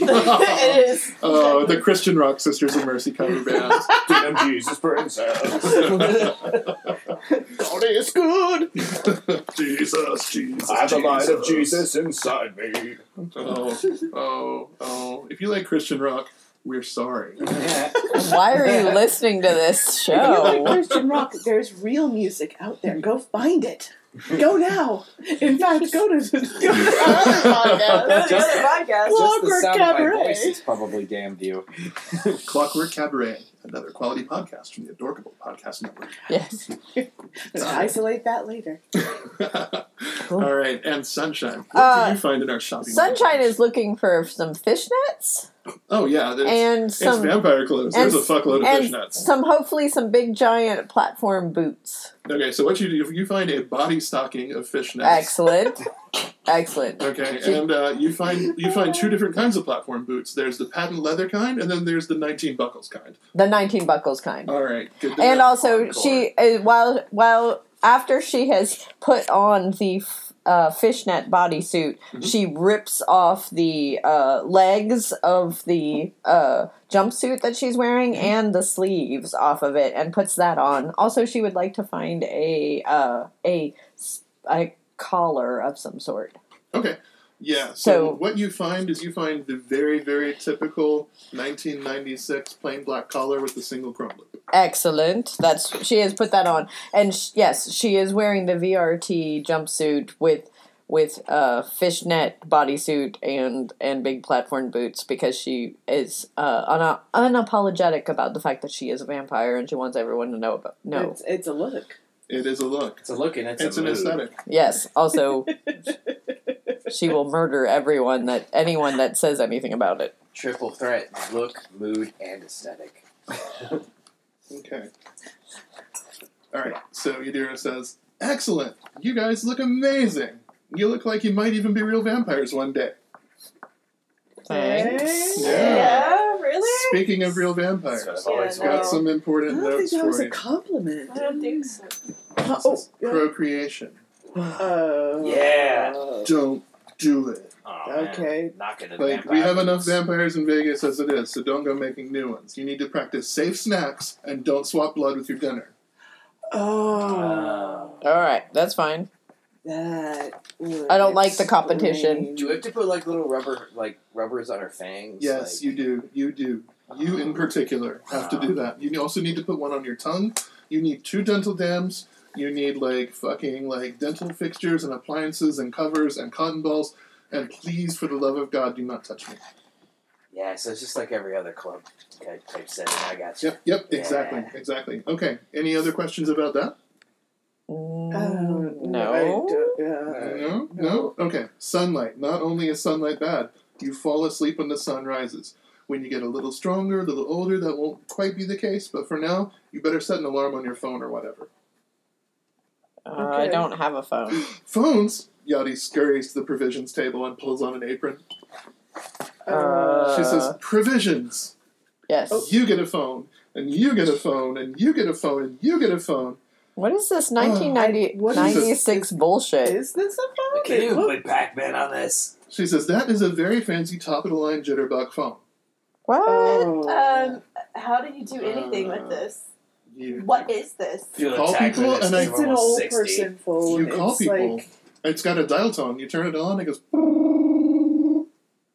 S5: it is.
S1: Oh, the Christian rock Sisters of Mercy cover band.
S7: Damn Jesus Princess.
S1: God is good. Jesus, Jesus.
S7: I have the light of Jesus inside me.
S1: Oh, oh, oh. If you like Christian rock, we're sorry.
S4: Yeah.
S3: Why are you listening to this
S2: If you like
S3: show?
S2: Christian rock, there's real music out there. Go find it. Go now. In fact, go to. Go to
S5: Podcast. Go to the other podcast.
S4: Just the
S2: Clockwork
S4: sound of my
S2: Cabaret.
S4: voice is probably damned you.
S1: Clockwork Cabaret, another quality podcast from the Adorkable Podcast Network.
S3: Yes.
S2: isolate that later.
S1: All right, and Sunshine. What do
S3: Uh,
S1: you find in our shopping?
S3: Sunshine
S1: basket?
S3: is looking for some fishnets
S1: Oh yeah, there's,
S3: and
S1: it's
S3: some
S1: vampire clothes.
S3: and
S1: There's a fuckload of
S3: and
S1: fishnets.
S3: some hopefully some big giant platform boots.
S1: Okay, so what you do? You find a body stocking of fishnets.
S3: Excellent. Excellent.
S1: Okay, and uh, you find you find two different kinds of platform boots. There's the patent leather kind, and then there's the 19 buckles kind.
S3: The 19 buckles kind.
S1: All right, good. To
S3: and
S1: know.
S3: also she uh, while while after she has put on the f- uh, fishnet bodysuit, she rips off the uh, legs of the uh, jumpsuit that she's wearing and the sleeves off of it, and puts that on. Also, she would like to find a uh, a s- a collar of some sort.
S1: okay. Yeah. So,
S3: So-
S1: what you find is you find the very very typical 1996 plain black collar with the single chrome loop.
S3: Excellent. That's she has put that on, and sh- yes, she is wearing the VRT jumpsuit with with uh, fishnet bodysuit and and big platform boots because she is uh, una- unapologetic about the fact that she is a vampire and she wants everyone to know about. No,
S2: It's, it's a look.
S1: It is a look.
S4: It's a look and it's,
S1: It's,
S4: a
S1: an
S4: mood.
S1: aesthetic.
S3: yes. Also, she will murder everyone that anyone that says anything about it.
S4: Triple threat: look, mood, and aesthetic.
S1: Okay. All right. So Yadira says, "Excellent. You guys look amazing. You look like you might even be real vampires one day."
S3: Thanks.
S5: Yeah, really?
S1: Speaking of real vampires.
S7: That's what I've always
S5: Yeah, no.
S1: Got
S7: wanted.
S1: some
S2: I
S1: important
S2: don't think
S1: notes
S2: that was
S1: for
S2: a
S1: you.
S2: compliment.
S5: I don't
S1: Mm.
S5: think so.
S2: Oh, yeah.
S1: Procreation.
S2: Uh,
S7: Yeah.
S1: Don't do it.
S7: Aw, man.
S2: Okay.
S7: Knocking the
S1: Oh, Like,
S7: vampire
S1: we have enough
S7: boots.
S1: vampires in Vegas as it is, so don't go making new ones. You need to practice safe snacks and don't swap blood with your gunner.
S2: Oh,
S7: Uh,
S4: Oh.
S3: All right, that's fine.
S2: that. would
S3: I don't like the competition.
S2: explain-
S4: Do we have to put like little rubber, like rubbers on her fangs?
S1: Yes,
S4: Like-
S1: you do. You do. You in particular have to do that. You also need to put one on your tongue. You need two dental dams. You need like fucking like dental fixtures and appliances and covers and cotton balls. And please, for the love of God, do not touch me.
S4: Yeah, so it's just like every other club type, type setting. I got you.
S1: Yep, yep, exactly, exactly. Okay. Any other questions about that?
S2: Uh,
S3: Mm,
S2: I
S3: no.
S2: don't- yeah.
S1: Uh, No, no. Okay, sunlight. Not only is sunlight bad, you fall asleep when the sun rises. When you get a little stronger, a little older, that won't quite be the case, but for now, you better set an alarm on your phone or whatever.
S3: Uh, I
S2: Okay. Um,
S3: don't have a phone.
S1: Phones! Yachty scurries to the provisions table and pulls on an apron.
S2: Uh, Oh.
S1: She says, Provisions!
S3: Yes.
S1: You get a phone, and you get a phone, and you get a phone, and you get a phone.
S3: What is this 1996
S2: what
S1: this?
S2: is
S3: 96 bullshit?
S2: is this a phone?
S4: Can
S2: It
S4: you
S2: look-
S4: put Pac-Man on this?
S1: She says, That is a very fancy top of the line jitterbug phone.
S3: What?
S2: Oh.
S5: Um, how do you do anything
S1: Uh,
S5: with this?
S1: You,
S5: What is this?
S1: You
S4: Feel
S1: call
S4: attacked
S1: people
S4: with
S1: and
S4: this because
S1: I-
S2: it's
S4: we're
S2: an
S4: almost
S2: old
S4: 60.
S2: person phone.
S1: you call
S2: it's
S1: people.
S2: Like,
S1: It's got a dial tone. You turn it on, it goes.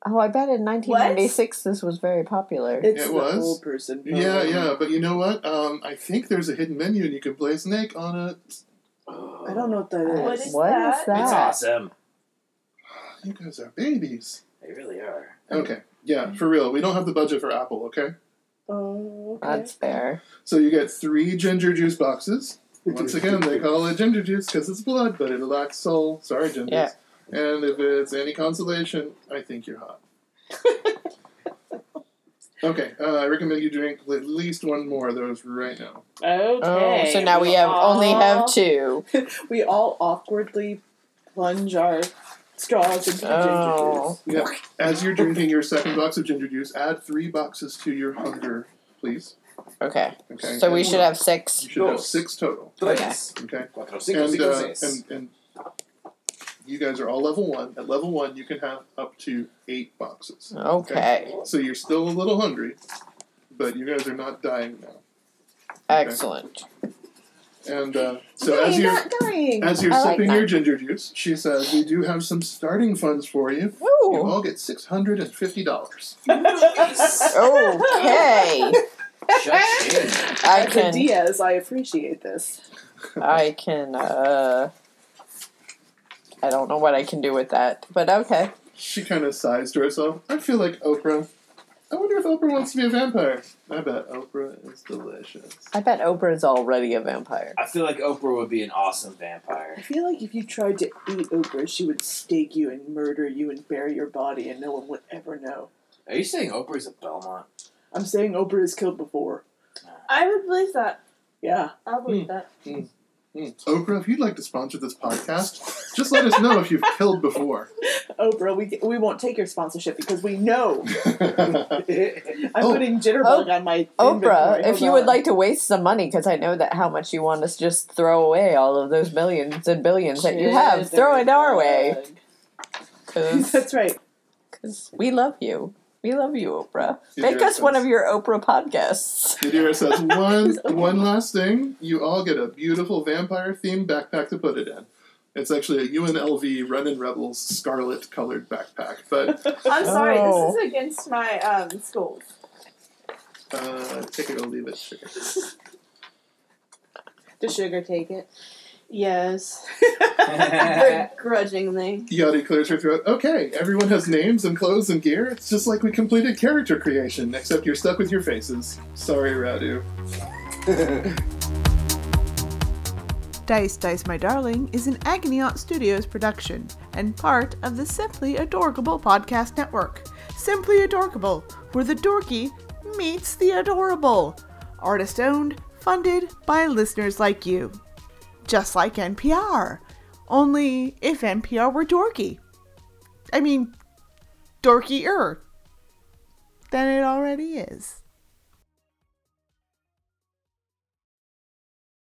S3: Oh, I bet in 1996 this was very popular.
S2: it's
S1: It
S2: an
S1: was?
S2: old person phone.
S1: Yeah, yeah, but you know what? Um, I think there's a hidden menu and you can play Snake on it.
S2: I don't know what that is.
S5: What is
S3: What
S5: that?
S3: is
S4: It's
S3: that?
S4: awesome.
S1: You guys are babies.
S4: They really are.
S2: Mm.
S1: Okay, yeah, for real. We don't have the budget for Apple, okay?
S2: Oh, okay.
S3: That's fair.
S1: So you get three ginger juice boxes. Once again, they call it ginger juice because it's blood, but it lacks soul. Sorry, gingers.
S3: Yeah.
S1: And if it's any consolation, I think you're hot. okay, uh, I recommend you drink at least one more of those right now.
S2: Okay.
S3: Oh, so now we have only
S2: all-
S3: have two.
S2: We all awkwardly plunge our straws into the ginger
S3: Oh.
S2: juice.
S1: Yeah. As you're drinking your second box of ginger juice, add three boxes to your hunger, please.
S3: Okay.
S1: Okay.
S3: So we
S1: And
S3: should have six.
S1: You should have six total.
S4: Tres.
S1: Okay.
S4: Cuatro, cinco,
S1: And,
S4: cinco,
S1: uh,
S4: seis.
S1: and and you guys are all level one. At level one, you can have up to eight boxes.
S3: Okay.
S1: So you're still a little hungry, but you guys are not dying now.
S3: Excellent.
S1: And uh, so as you're
S5: dying.
S1: as you're
S3: I like
S1: sipping
S3: that.
S1: your ginger juice, she says, "We do have some starting funds for you. You
S3: Ooh.
S1: all get six hundred and fifty dollars."
S3: Okay.
S4: Just in.
S3: I
S2: As a
S3: can.
S2: Diaz, I appreciate this.
S3: I can. Uh. I don't know what I can do with that, but okay.
S1: She kind of sighs to herself. I feel like Oprah. I wonder if Oprah wants to be a vampire. I bet Oprah is delicious.
S3: I bet Oprah is already a vampire.
S4: I feel like Oprah would be an awesome vampire.
S2: I feel like if you tried to eat Oprah, she would stake you and murder you and bury your body, and no one would ever know.
S4: Are you saying Oprah's a Belmont?
S2: I'm saying Oprah is killed before.
S5: I would believe that.
S2: Yeah.
S5: I'll believe that.
S1: Hmm, Oprah, if you'd like to sponsor this podcast, just let us know if you've killed before.
S2: Oprah, we, we won't take your sponsorship because we know.
S1: Oprah,
S2: I'm
S1: Oh.
S2: putting jitterbug on my inventory.
S3: Oprah, if
S2: Hold
S3: you would
S2: on.
S3: like to waste some money, because I know that how much you want us to just throw away all of those millions and billions that you have, throw it our way. Because
S2: That's right.
S3: we love you. We love you, Oprah.
S1: You
S3: Make
S1: do
S3: us one
S1: sense.
S3: of your Oprah podcasts.
S1: Yadira says one one last thing. You all get a beautiful vampire themed backpack to put it in. It's actually a UNLV Runnin' Rebels scarlet colored backpack, but
S5: I'm sorry,
S3: Oh.
S5: this is against my um, schools.
S1: uh, take it or leave it. Sugar.
S5: Does sugar take it? Yes.
S4: That's
S5: Begrudgingly.
S1: Yadi clears her throat. Okay, everyone has names and clothes and gear. It's just like we completed character creation, except you're stuck with your faces. Sorry, Radu.
S6: Dice Dice My Darling is an Agony Aunt Studios production and part of the Simply Adorkable podcast network. Simply Adorkable, where the dorky meets the adorable. Artist owned, funded by listeners like you. Just like NPR. Only if NPR were dorky. I mean, dorkier than it already is.